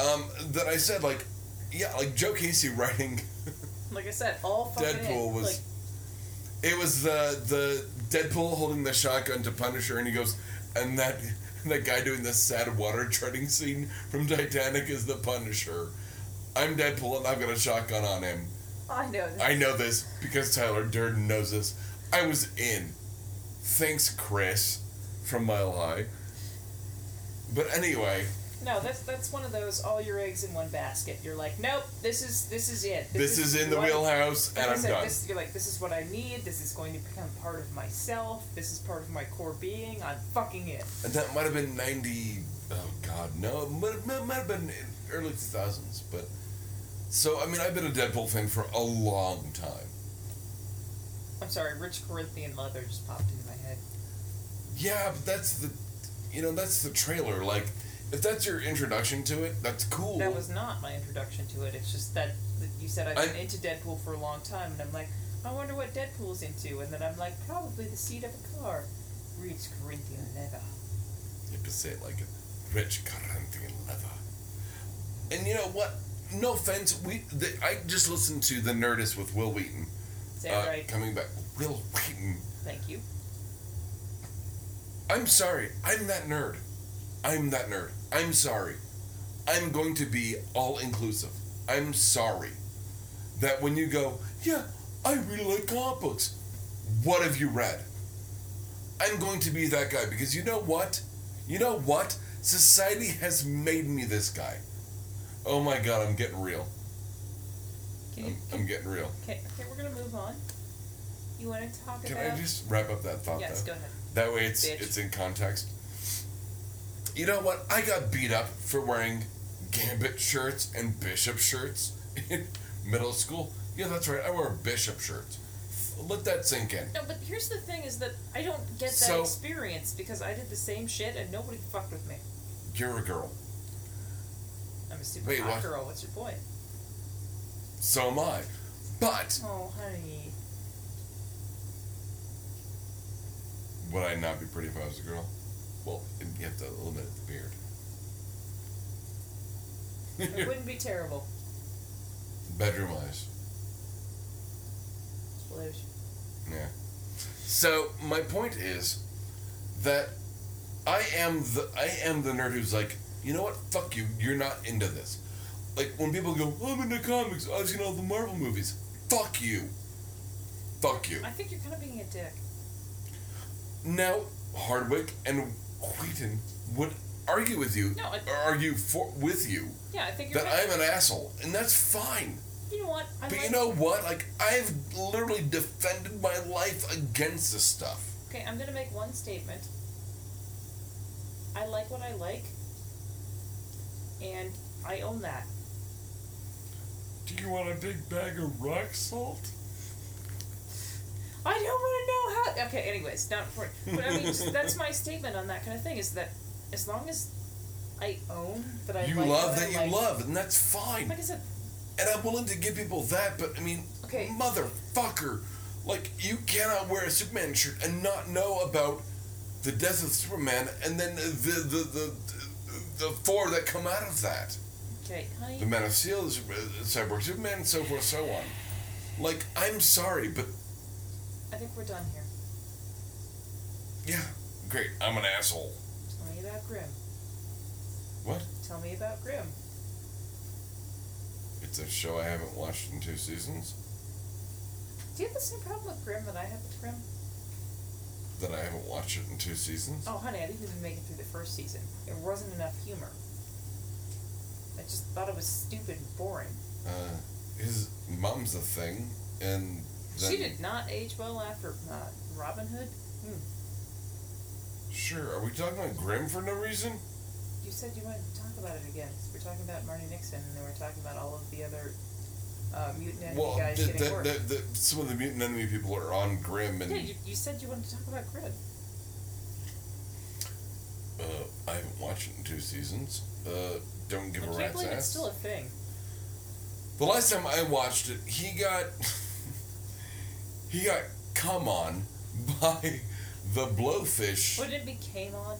S1: um, that I said like, yeah, like Joe Casey writing
S2: like I said, all fucking in.
S1: Deadpool was.
S2: Like,
S1: it was the the Deadpool holding the shotgun to Punisher, and he goes, and that that guy doing the sad water treading scene from Titanic is the Punisher. I'm Deadpool, and I've got a shotgun on him.
S2: I know. This.
S1: I know this because Tyler Durden knows this. I was in. Thanks, Chris, from Mile High. But anyway,
S2: No, that's that's one of those all your eggs in one basket. You're like, nope, this is this is it.
S1: this, is, in the
S2: what-
S1: wheelhouse,
S2: like
S1: and
S2: I
S1: I'm
S2: said,
S1: done.
S2: This, you're like, this is what I need. This is going to become part of myself. This is part of my core being. I'm fucking it.
S1: And that might have been ninety. Oh God, no! It might, might, might have been in early two thousands. But so I mean, I've been a Deadpool fan for a long time.
S2: I'm sorry, rich Corinthian leather just popped into my head.
S1: Yeah, but that's the, you know, that's the trailer. Like, if that's your introduction to it, that's cool.
S2: That was not my introduction to it. It's just that that you said I've
S1: I-
S2: been into Deadpool for a long time, and I'm like, I wonder what Deadpool's into, and then I'm like, probably the seat of a car. Reads Corinthian leather.
S1: You have to say it like a rich Corinthian leather. And you know what? No offense, we the, I just listened to the Nerdist with Will Wheaton.
S2: Is that
S1: uh,
S2: right?
S1: Coming back, Will Wheaton.
S2: Thank you.
S1: I'm sorry. I'm that nerd. I'm that nerd. I'm sorry. I'm going to be all inclusive. I'm sorry that when you go, yeah, I really like comic books. What have you read? I'm going to be that guy because you know what? You know what? Society has made me this guy. Oh my god, I'm getting real.
S2: Can you
S1: I'm, I'm getting real.
S2: Okay, okay, we're gonna move on. You want to talk
S1: Can
S2: about?
S1: I just wrap up that thought
S2: yes,
S1: though?
S2: go ahead.
S1: That way it's
S2: Bitch.
S1: it's in context. You know what? I got beat up for wearing gambit shirts and bishop shirts in middle school. Yeah, that's right. I wore bishop shirts. let that sink in.
S2: No, but here's the thing: is that I don't get that
S1: So-
S2: experience because I did the same shit and nobody fucked with me.
S1: You're a girl.
S2: I'm a super
S1: Wait,
S2: hot
S1: what?
S2: girl. What's your point?
S1: So am I. But
S2: Oh, honey.
S1: would I not be pretty if I was a girl? Well, you have to eliminate the
S2: It
S1: beard.
S2: wouldn't be terrible.
S1: Bedroom eyes.
S2: Sploosh.
S1: Yeah. So my point is that I am the I am the nerd who's like, you know what? Fuck you. You're not into this. Like when people go, I'm into comics. I've seen all the Marvel movies. Fuck you. Fuck you.
S2: I think you're kind of being a dick.
S1: Now Hardwick and Wheaton would argue with you,
S2: No, I-
S1: or argue for with you
S2: Yeah, I think you're.
S1: that
S2: Kind
S1: I'm an asshole, and that's fine.
S2: you know what? I
S1: But
S2: like,
S1: you know what? Like I've literally defended my life against this stuff.
S2: Okay, I'm gonna make one statement. I like what I like, and I own that.
S1: Do you want a big bag of rock salt?
S2: I don't want to know how. Okay, anyways, not important. But I mean, just- that's my statement on that kind of thing. Is that as long as I own that I
S1: you
S2: like
S1: love
S2: what
S1: that
S2: I
S1: you
S2: like-
S1: love, and that's fine.
S2: Like I said,
S1: And I'm willing to give people that, but I mean,
S2: Okay.
S1: motherfucker, like you cannot wear a Superman shirt and not know about the death of Superman, and then the the the the, the four that come out of that,
S2: okay, honey.
S1: the Man of Steel, the Super- uh, Cyborg Superman, and so forth, so on. Like I'm sorry, but
S2: I think we're done here.
S1: yeah, great, I'm an asshole.
S2: Tell me about Grimm.
S1: What?
S2: Tell me about Grimm.
S1: It's a show I haven't watched in two seasons
S2: Do you have the same problem with Grimm that I have with Grimm?
S1: that I haven't watched it in two seasons.
S2: Oh, honey, I didn't even make it through the first season. There wasn't enough humor. I just thought it was stupid and boring.
S1: Uh, his mom's a thing, and then,
S2: she did not age well after uh, Robin Hood. Hmm.
S1: Sure, are we talking about Grimm for no reason?
S2: You said you wanted to talk about it again. 'cause We're talking about Marty Nixon, and then we're talking about all of the other uh, mutant enemy
S1: well,
S2: guys
S1: the,
S2: getting
S1: the,
S2: work.
S1: the, the, some of the mutant enemy people are on Grimm, and
S2: yeah, you, you said you wanted to talk about Grid.
S1: uh, I haven't watched it in two seasons. Uh, don't give
S2: I
S1: a
S2: can't
S1: rat's
S2: believe
S1: ass.
S2: it's still a thing.
S1: The last time I watched it, he got he got come on by the blowfish.
S2: Would it be came on?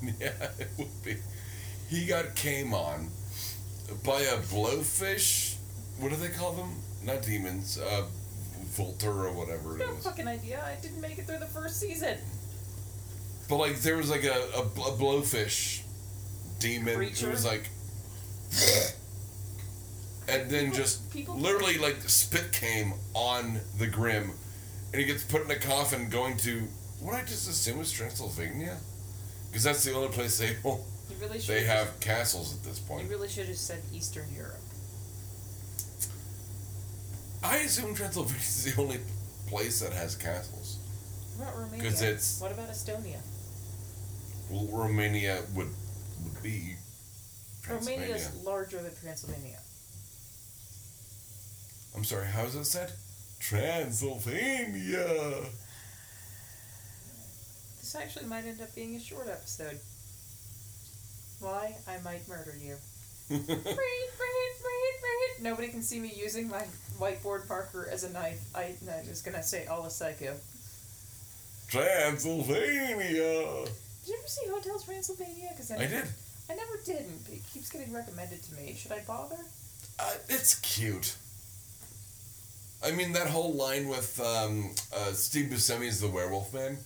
S1: Yeah, it would be. He got came on by a blowfish. What do they call them? Not demons. Uh, Voltura, whatever it
S2: No
S1: is.
S2: fucking idea. I didn't make it through the first season.
S1: But like, there was like a, a, a blowfish demon. It
S2: Creature?
S1: was like, and then just
S2: people-
S1: literally like spit came on the grim, and he gets put in a coffin going to what I just assume was Transylvania, because that's the only place they
S2: You really should.
S1: they have castles at this
S2: You
S1: point.
S2: really should have said Eastern Europe.
S1: I assume Transylvania is the only place that has castles.
S2: What about Romania?
S1: 'Cause it's-
S2: What about Estonia?
S1: Well, Romania would, would be Transylvania.
S2: Romania is larger than Transylvania.
S1: I'm sorry, how is it said? Transylvania.
S2: This actually might end up being a short episode. Why I might murder you. Read, read, read, read. Nobody can see me using my whiteboard marker as a knife. I, I was gonna say all a psycho.
S1: Transylvania.
S2: Did you ever see Hotel Transylvania? Because I,
S1: I
S2: never-
S1: did.
S2: I never didn't. But it keeps getting recommended to me. Should I bother?
S1: Uh, it's cute. I mean, that whole line with um, uh, Steve Buscemi is the werewolf man.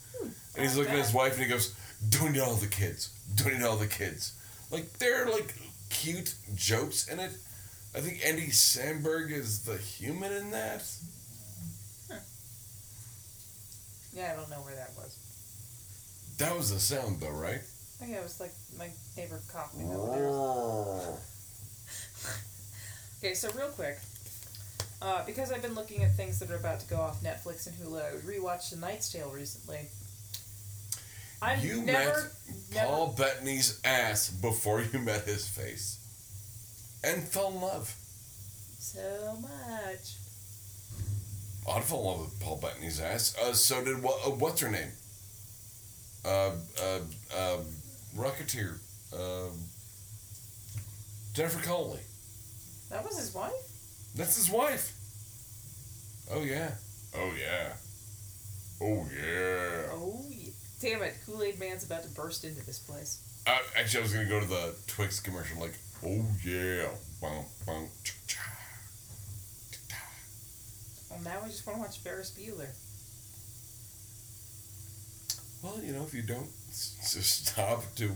S1: and he's
S2: not
S1: looking at his
S2: bad.
S1: wife and he goes, Don't eat all the kids. Don't eat all the kids. Like, there are, like, cute jokes in it. I think Andy Samberg is the human in that.
S2: Yeah, I don't know where that was.
S1: That was the sound, though, right?
S2: I think it was like my neighbor coughing over there.
S1: Ah.
S2: Okay, so real quick, uh, because I've been looking at things that are about to go off Netflix and Hulu, I rewatched The Night's Tale recently. I'm
S1: You
S2: never,
S1: met
S2: never.
S1: Paul Bettany's ass before you met his face. And fell in love.
S2: So much.
S1: I'd fall in love with Paul Bettany's ass. Uh, so did what? Uh, what's her name? Uh, uh, uh, Rocketeer. Uh, Jennifer Connelly.
S2: That was his wife?
S1: That's his wife. Oh yeah. Oh yeah. Oh yeah.
S2: Oh, yeah. damn it. Kool Aid Man's about to burst into this place.
S1: Uh, actually, I was gonna go to the Twix commercial, like, oh yeah, bum, bum, cha-cha, cha-cha.
S2: Well, now I just want to watch Ferris Bueller.
S1: Well, you know, if you don't s- s- stop to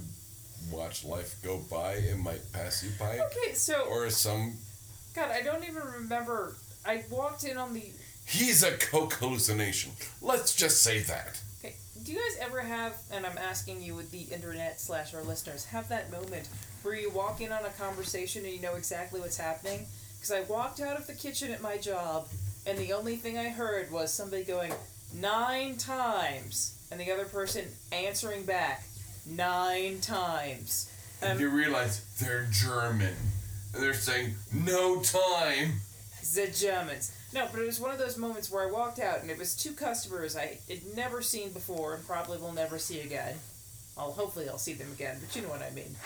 S1: watch life go by, it might pass you by.
S2: Okay, so,
S1: Or some,
S2: God, I don't even remember. I walked in on the.
S1: he's a coke hallucination. Let's just say that.
S2: Okay, do you guys ever have, and I'm asking you with the internet slash our listeners, have that moment where you walk in on a conversation and you know exactly what's happening? Because I walked out of the kitchen at my job, and the only thing I heard was somebody going, nine times, and the other person answering back, nine times.
S1: And
S2: Um,
S1: you realize they're German. And they're saying, no time.
S2: the Germans. No, but it was one of those moments where I walked out and it was two customers I had never seen before and probably will never see again. Well, hopefully I'll see them again, but you know what I mean.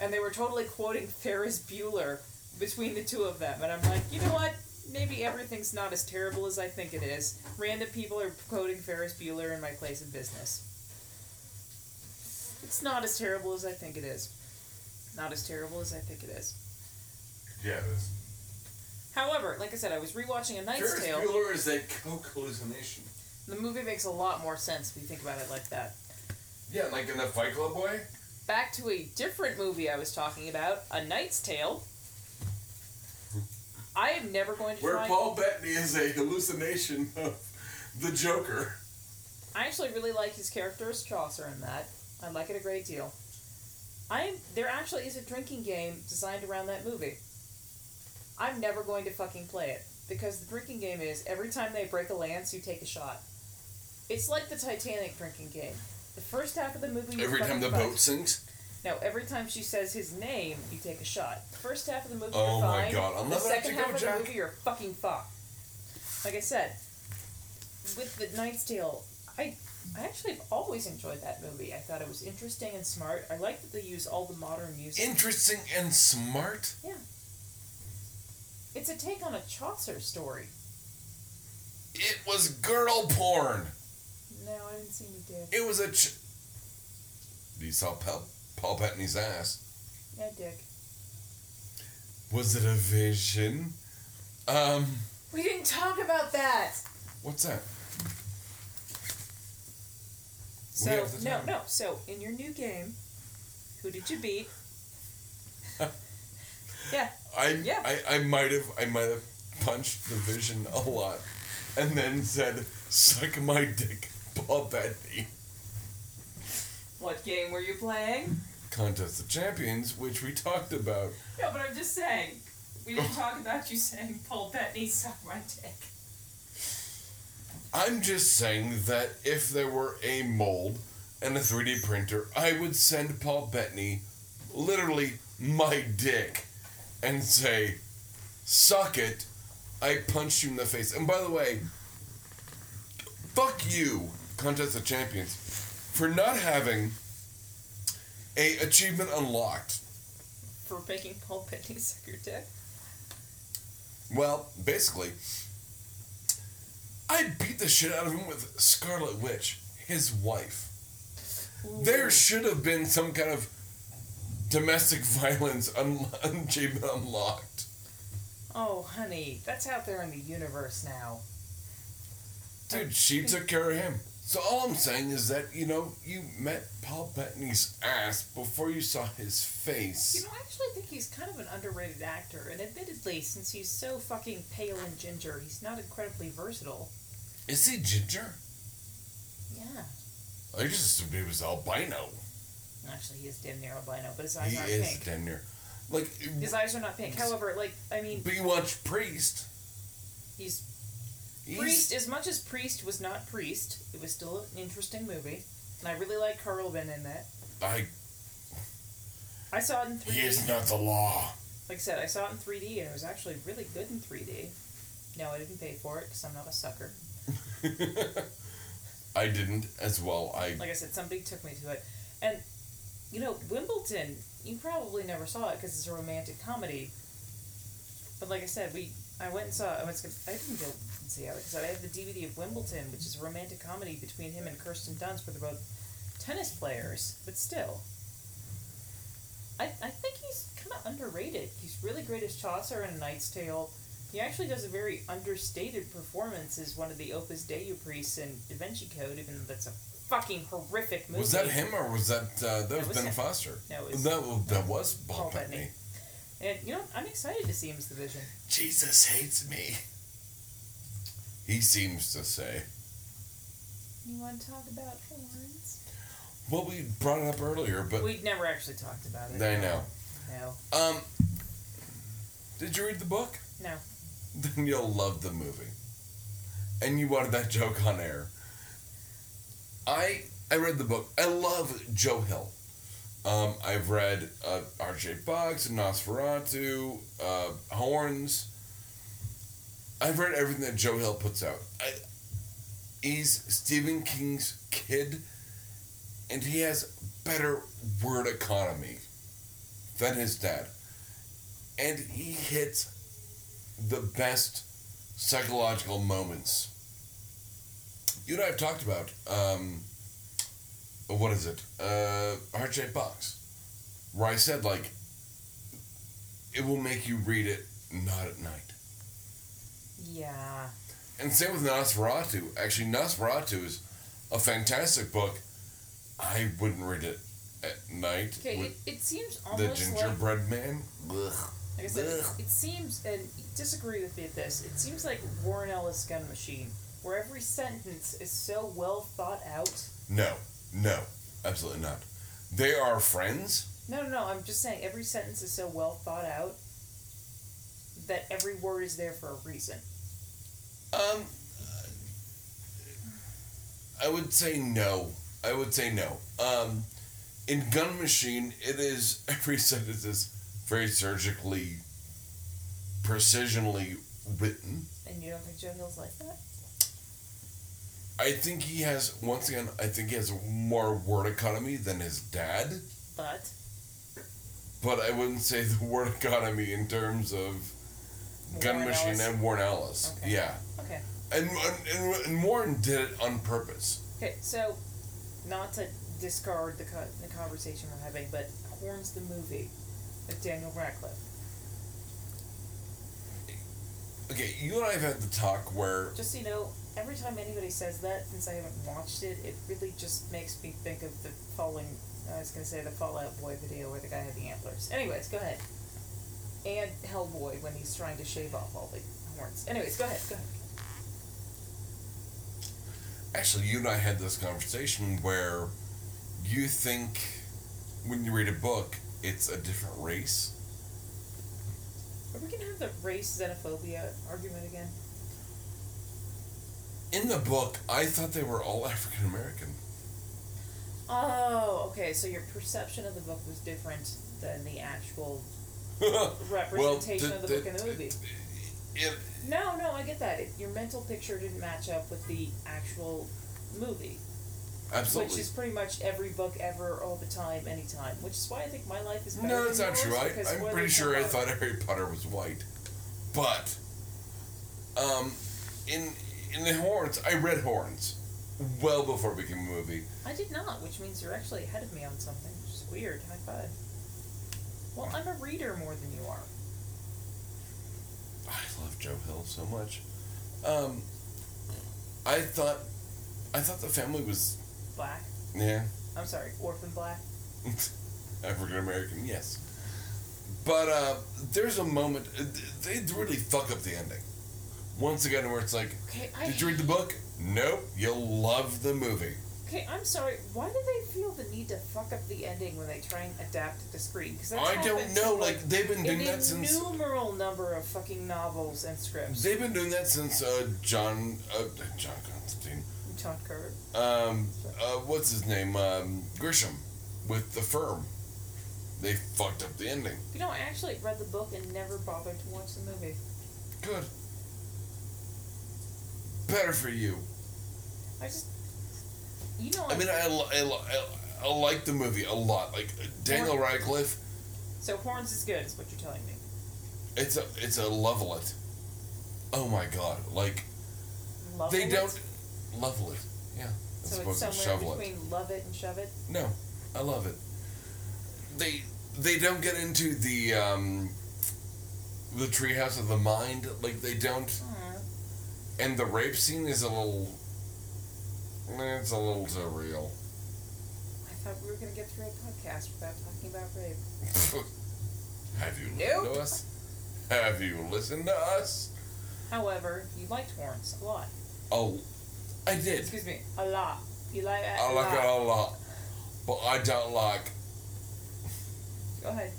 S2: And they were totally quoting Ferris Bueller between the two of them, and I'm like, you know what? Maybe everything's not as terrible as I think it is. Random people are quoting Ferris Bueller in my place of business. It's not as terrible as I think it is. Not as terrible as I think it is.
S1: Yeah, this.
S2: However, like I said, I was rewatching A Knight's
S1: Ferris
S2: Tale.
S1: Bueller is a coke hallucination.
S2: The movie makes a lot more sense if you think about it like that.
S1: Yeah, like in the Fight Club way?
S2: Back to a different movie I was talking about, A Knight's Tale. I am never going to
S1: Hmm. Where
S2: try.
S1: Paul Bettany is a hallucination of the Joker.
S2: I actually really like his character as Chaucer in that. I like it a great deal. I am, there actually is a drinking game designed around that movie. I'm never going to fucking play it because the drinking game is every time they break a lance, you take a shot. It's like the Titanic drinking game. The first half of the movie. you're
S1: Every time
S2: fucking
S1: the
S2: fucked.
S1: boat sinks.
S2: No, every time she says his name, you take a shot. First half of the movie,
S1: Oh
S2: you're
S1: my
S2: fine.
S1: God, I'm
S2: the
S1: not about
S2: second
S1: to
S2: half
S1: go,
S2: of
S1: Jack.
S2: the movie, you're fucking fucked. Like I said, with the Knight's Tale, I I actually have always enjoyed that movie. I thought it was interesting and smart. I like that they use all the modern music.
S1: Interesting and smart.
S2: it's a take on a Chaucer story.
S1: It was girdle porn.
S2: No, I didn't see you did.
S1: It was a. Ch- you saw Paul, Paul Bettany's ass.
S2: Yeah, Dick.
S1: Was it a vision? Um,
S2: We didn't talk about that.
S1: what's that? We
S2: So
S1: have the
S2: no,
S1: time.
S2: no. So in your new game, who did you beat? yeah,
S1: I
S2: Yeah.
S1: I, I might have I might have punched the vision a lot, and then said, "Suck my dick, Paul Bettany."
S2: What game were you playing?
S1: Contest of Champions, which we talked about.
S2: No, but I'm just saying. We didn't talk about you saying Paul Bettany sucked my dick.
S1: I'm just saying that if there were a mold and a 3D printer, I would send Paul Bettany literally my dick and say, Suck it. I punched you in the face. And by the way, fuck you, Contest of Champions, for not having a achievement unlocked.
S2: For making Paul Bettany suck your dick?
S1: Well, basically, I beat the shit out of him with Scarlet Witch, his wife. There should have been some kind of domestic violence un- achievement unlocked.
S2: Oh, honey, that's out there in the universe now.
S1: Dude, she took care of him. So all I'm saying is that, you know, you met Paul Bettany's ass before you saw his
S2: You
S1: face.
S2: know, I actually think he's kind of an underrated actor, and admittedly, since he's so fucking pale and ginger, he's not incredibly versatile.
S1: Is he ginger?
S2: Yeah.
S1: I just assumed he was albino.
S2: Actually, he is damn near albino, but his eyes
S1: He
S2: aren't
S1: is
S2: pink.
S1: damn near. Like,
S2: His eyes are not pink. However, like, I mean,
S1: but you watch Priest.
S2: he's
S1: He's-
S2: Priest, as much as Priest was not Priest, it was still an interesting movie, and I really like Carlbin in that.
S1: I
S2: I saw it in 3D.
S1: not the law.
S2: Like I said, I saw it in 3D, and it was actually really good in 3D. No, I didn't pay for it because I'm not a sucker.
S1: I didn't as well. I
S2: Like I said, somebody took me to it. And, you know, Wimbledon, you probably never saw it because it's a romantic comedy. But like I said, we I went and saw I, went, to- I didn't go and see it because I have the DVD of Wimbledon, which is a romantic comedy between him and Kirsten Dunst, where they're both tennis players. But still, I, I think he's kind of underrated. He's really great as Chaucer in A Knight's Tale. He actually does a very understated performance as one of the Opus Dei priests in Da Vinci Code, even though that's a fucking horrific movie.
S1: was that him or was that uh, that was,
S2: was
S1: Ben
S2: him.
S1: Foster?
S2: No, it was
S1: that was that was Paul
S2: Paul
S1: Bettany.
S2: Bettany. And you know, what? I'm excited to see him as the Vision.
S1: Jesus hates me. He seems to say.
S2: You want to talk about horns?
S1: Well, we brought it up earlier, but
S2: We never actually talked about it.
S1: I know.
S2: No.
S1: Um, did you read the book?
S2: No.
S1: Then you'll love the movie, and you wanted that joke on air. I I read the book. I love Joe Hill. Um, I've read uh, R.J. Boggs, Nosferatu, uh, Horns. I've read everything that Joe Hill puts out. I, he's Stephen King's kid, and he has better word economy than his dad. And he hits the best psychological moments. You and I have talked about, um, what is it? Uh, Heart Shaped Box, where I said, like, it will make you read it not at night.
S2: Yeah.
S1: And same with Nosferatu. Actually, Nosferatu is a fantastic book. I wouldn't read it at night.
S2: Okay. It,
S1: with
S2: it seems
S1: the
S2: almost like
S1: gingerbread man. Ugh.
S2: Like I said, it,
S1: Ugh.
S2: it seems, and disagree with me at this, it seems like Warren Ellis Gun Machine, where every sentence is so well thought out.
S1: No, no, absolutely not. They are friends.
S2: No, no, no, I'm just saying every sentence is so well thought out that every word is there for a reason.
S1: Um, I would say no. I would say no. Um, in Gun Machine, it is every sentence is very surgically, precisionally written.
S2: And you don't think Joe Hill's like that?
S1: I think he has once again. I think he has more word economy than his dad,
S2: But,
S1: but I wouldn't say the word economy in terms of Gun
S2: Warren
S1: Machine
S2: Ellis?
S1: and Warren Ellis.
S2: Okay.
S1: Yeah.
S2: okay.
S1: And, and, and Warren did it on purpose.
S2: Okay, so, not to discard the, co- the conversation we're having, but Horns the movie with Daniel Radcliffe.
S1: Okay, you and I have had the talk where
S2: Just so you know, every time anybody says that, since I haven't watched it, it really just makes me think of the falling. I was gonna say the Fallout Boy video where the guy had the antlers. Anyways, go ahead. And Hellboy when he's trying to shave off all the horns. Anyways, go ahead. Go ahead.
S1: actually you and I had this conversation where you think when you read a book it's a different race.
S2: Are we gonna have the race xenophobia argument again?
S1: In the book, I thought they were all African American.
S2: Oh, okay. So your perception of the book was different than the actual representation
S1: the-
S2: of the,
S1: the-
S2: book in the movie.
S1: It,
S2: No, no, I get that. It, your mental picture didn't match up with the actual movie.
S1: absolutely.
S2: Which is pretty much every book ever, all the time, anytime. Which is why I think my life is better.
S1: no, that's
S2: than
S1: not
S2: yours,
S1: true. I,
S2: because
S1: I'm
S2: whether
S1: pretty
S2: it's
S1: sure I
S2: about-
S1: thought Harry Potter was white. But um in in the horns, I read horns well before it became a movie.
S2: I did not, which means you're actually ahead of me on something, which is weird. High five. Well, I'm a reader more than you are.
S1: I love Joe Hill so much. Um, I thought, I thought the family was
S2: Black.
S1: yeah,
S2: I'm sorry, orphan black.
S1: African American, yes. But uh, there's a moment uh, they really fuck up the ending. Once again, where it's like,
S2: Okay, I.
S1: did you read the book? Nope. You'll love the movie.
S2: Okay, I'm sorry. Why do they feel the need to fuck up the ending when they try and adapt it to screen? Because that's
S1: I don't
S2: happened to,
S1: know. Like they've been
S2: an
S1: doing that since
S2: innumerable number of fucking novels and scripts.
S1: they've been doing that since uh, John uh, John Constantine.
S2: John Carter.
S1: um, uh, what's his name? Um, Grisham with the firm. They fucked up the ending.
S2: You know, I actually read the book and never bothered to watch the movie.
S1: Good. better for you.
S2: I just, you know,
S1: I mean, I, li- I, li- I, I like the movie a lot. Like uh, Daniel Radcliffe,
S2: so horns is good, is what you're telling me.
S1: it's a it's a level it. Oh my god! Like
S2: Love
S1: they
S2: it?
S1: don't level it. Yeah,
S2: So it's somewhere
S1: shovel it.
S2: between love it and shove it.
S1: No, I love it. They they don't get into the um, the treehouse of the mind like they don't,
S2: Hmm.
S1: and the rape scene is a little. eh, It's a little too real.
S2: I thought we were gonna get through a podcast without talking about rape.
S1: Have you listened
S2: Nope.
S1: to us? Have you listened to us?
S2: However, you liked horns a lot.
S1: Oh, I did.
S2: Excuse me, a lot. You like that
S1: I
S2: a
S1: like
S2: lot.
S1: it a lot, but I don't like
S2: Go ahead.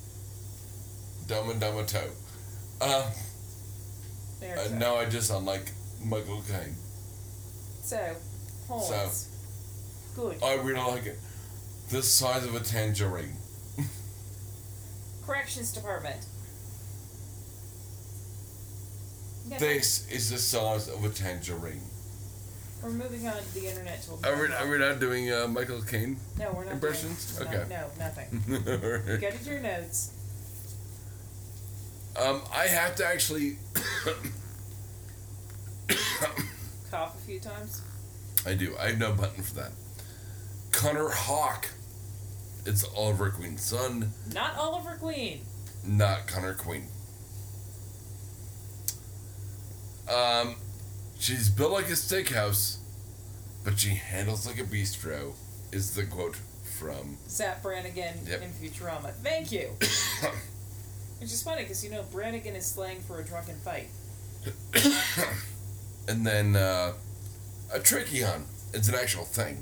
S1: Dumb and Dumber Two. Uh,
S2: There
S1: uh,
S2: it's
S1: no, I just unlike Michael Caine.
S2: So, horns. Good.
S1: I really like it. The size of a tangerine.
S2: Corrections department. Yeah,
S1: This is the size of a tangerine.
S2: we're moving on to the internet tool.
S1: Are we, are we not doing uh, Michael Caine?
S2: no, we're not. doing-
S1: impressions?
S2: no,
S1: Okay.
S2: No, nothing. Go to your notes.
S1: um, I have to actually.
S2: Cough a few times.
S1: I do. I have no button for that. Connor Hawk. It's Oliver Queen's son,
S2: Not Oliver Queen.
S1: not Connor Queen. Um, she's built like a steakhouse, but she handles like a bistro. Is the quote from
S2: Zap Brannigan
S1: Yep.
S2: in Futurama. Thank you. Which is funny because you know Brannigan is slang for a drunken fight.
S1: And then uh, a trachyon. It's an actual thing.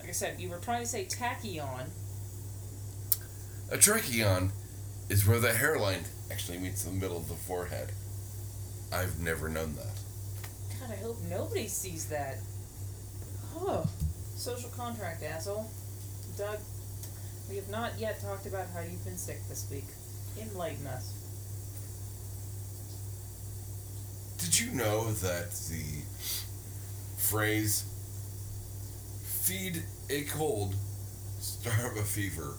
S2: Like I said, you were trying to say tachyon.
S1: A trachyon is where the hairline actually meets the middle of the forehead. I've never known that.
S2: God, I hope nobody sees that. Oh, social contract, asshole. Doug, we have not yet talked about how you've been sick this week. Enlighten us.
S1: Did you know that the phrase feed a cold, starve a fever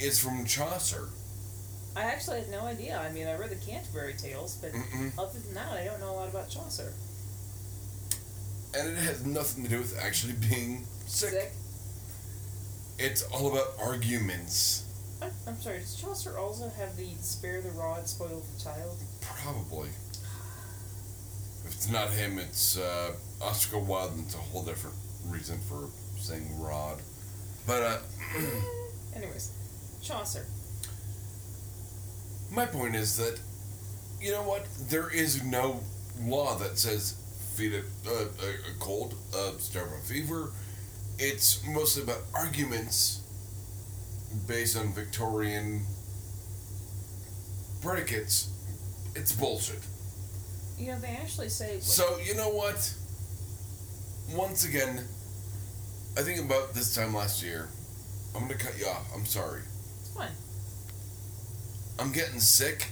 S1: is from Chaucer?
S2: I actually had no idea. I mean, I read the Canterbury Tales, but
S1: Mm-mm.
S2: other than that, I don't know a lot about Chaucer.
S1: And it has nothing to do with actually being sick.
S2: Sick?
S1: It's all about arguments.
S2: I'm, I'm sorry, does Chaucer also have the spare the rod, spoil the child?
S1: Probably. If it's not him, it's uh, Oscar Wilde, and it's a whole different reason for saying Rod. But uh,
S2: Anyways, Chaucer.
S1: my point is that, you know what? There is no law that says feed a, uh, a, a cold, uh, starve a fever. It's mostly about arguments based on Victorian predicates. It's bullshit.
S2: You know, they actually say.
S1: So you know what? Once again, I think about this time last year. I'm gonna cut you off. I'm sorry.
S2: It's fun.
S1: I'm getting sick.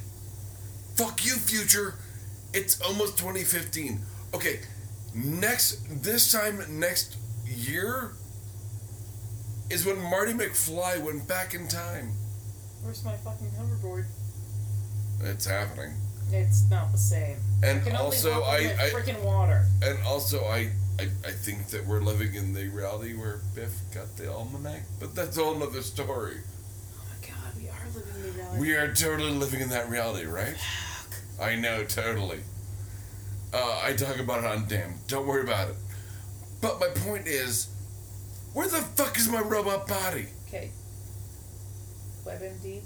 S1: Fuck you, future. It's almost 2015. Okay, next this time next year is when Marty McFly went back in time.
S2: Where's my fucking hoverboard?
S1: It's happening.
S2: It's not the same.
S1: And
S2: I can
S1: also,
S2: only walk
S1: I,
S2: in
S1: I
S2: freaking water.
S1: and also I, I I think that we're living in the reality where Biff got the almanac, but that's a whole other story.
S2: Oh my god, we are living in the reality.
S1: We are totally living in that reality, right? I know, totally. Uh, I talk about it on Damn. Don't worry about it. But my point is, where the fuck is my robot body?
S2: Okay. WebMD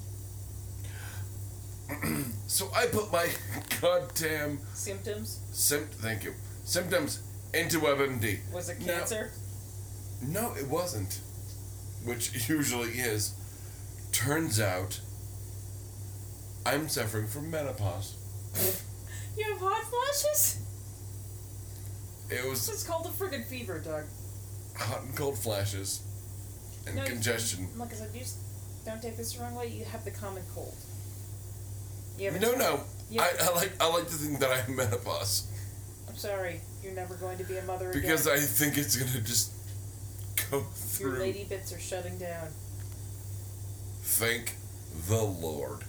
S1: So I put my goddamn
S2: symptoms
S1: sim- thank you symptoms into WebMD.
S2: was it
S1: No.
S2: cancer?
S1: No, it wasn't. Which usually is. Turns out, I'm suffering from menopause.
S2: You have hot flashes?
S1: It was
S2: This is called a friggin' fever, Doug.
S1: hot and cold flashes and
S2: No, you-
S1: congestion.
S2: Like I said, you just don't take this the wrong way. You have the common cold. You have a-
S1: No, no.
S2: Yeah.
S1: I, I like I like to think that I have menopause.
S2: I'm sorry. you're never going to be a mother
S3: Because
S2: again.
S3: I think it's gonna just go
S2: Your
S3: through.
S2: lady bits are shutting down.
S3: Thank the Lord.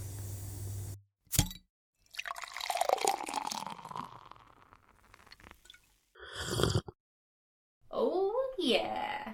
S4: Oh, yeah.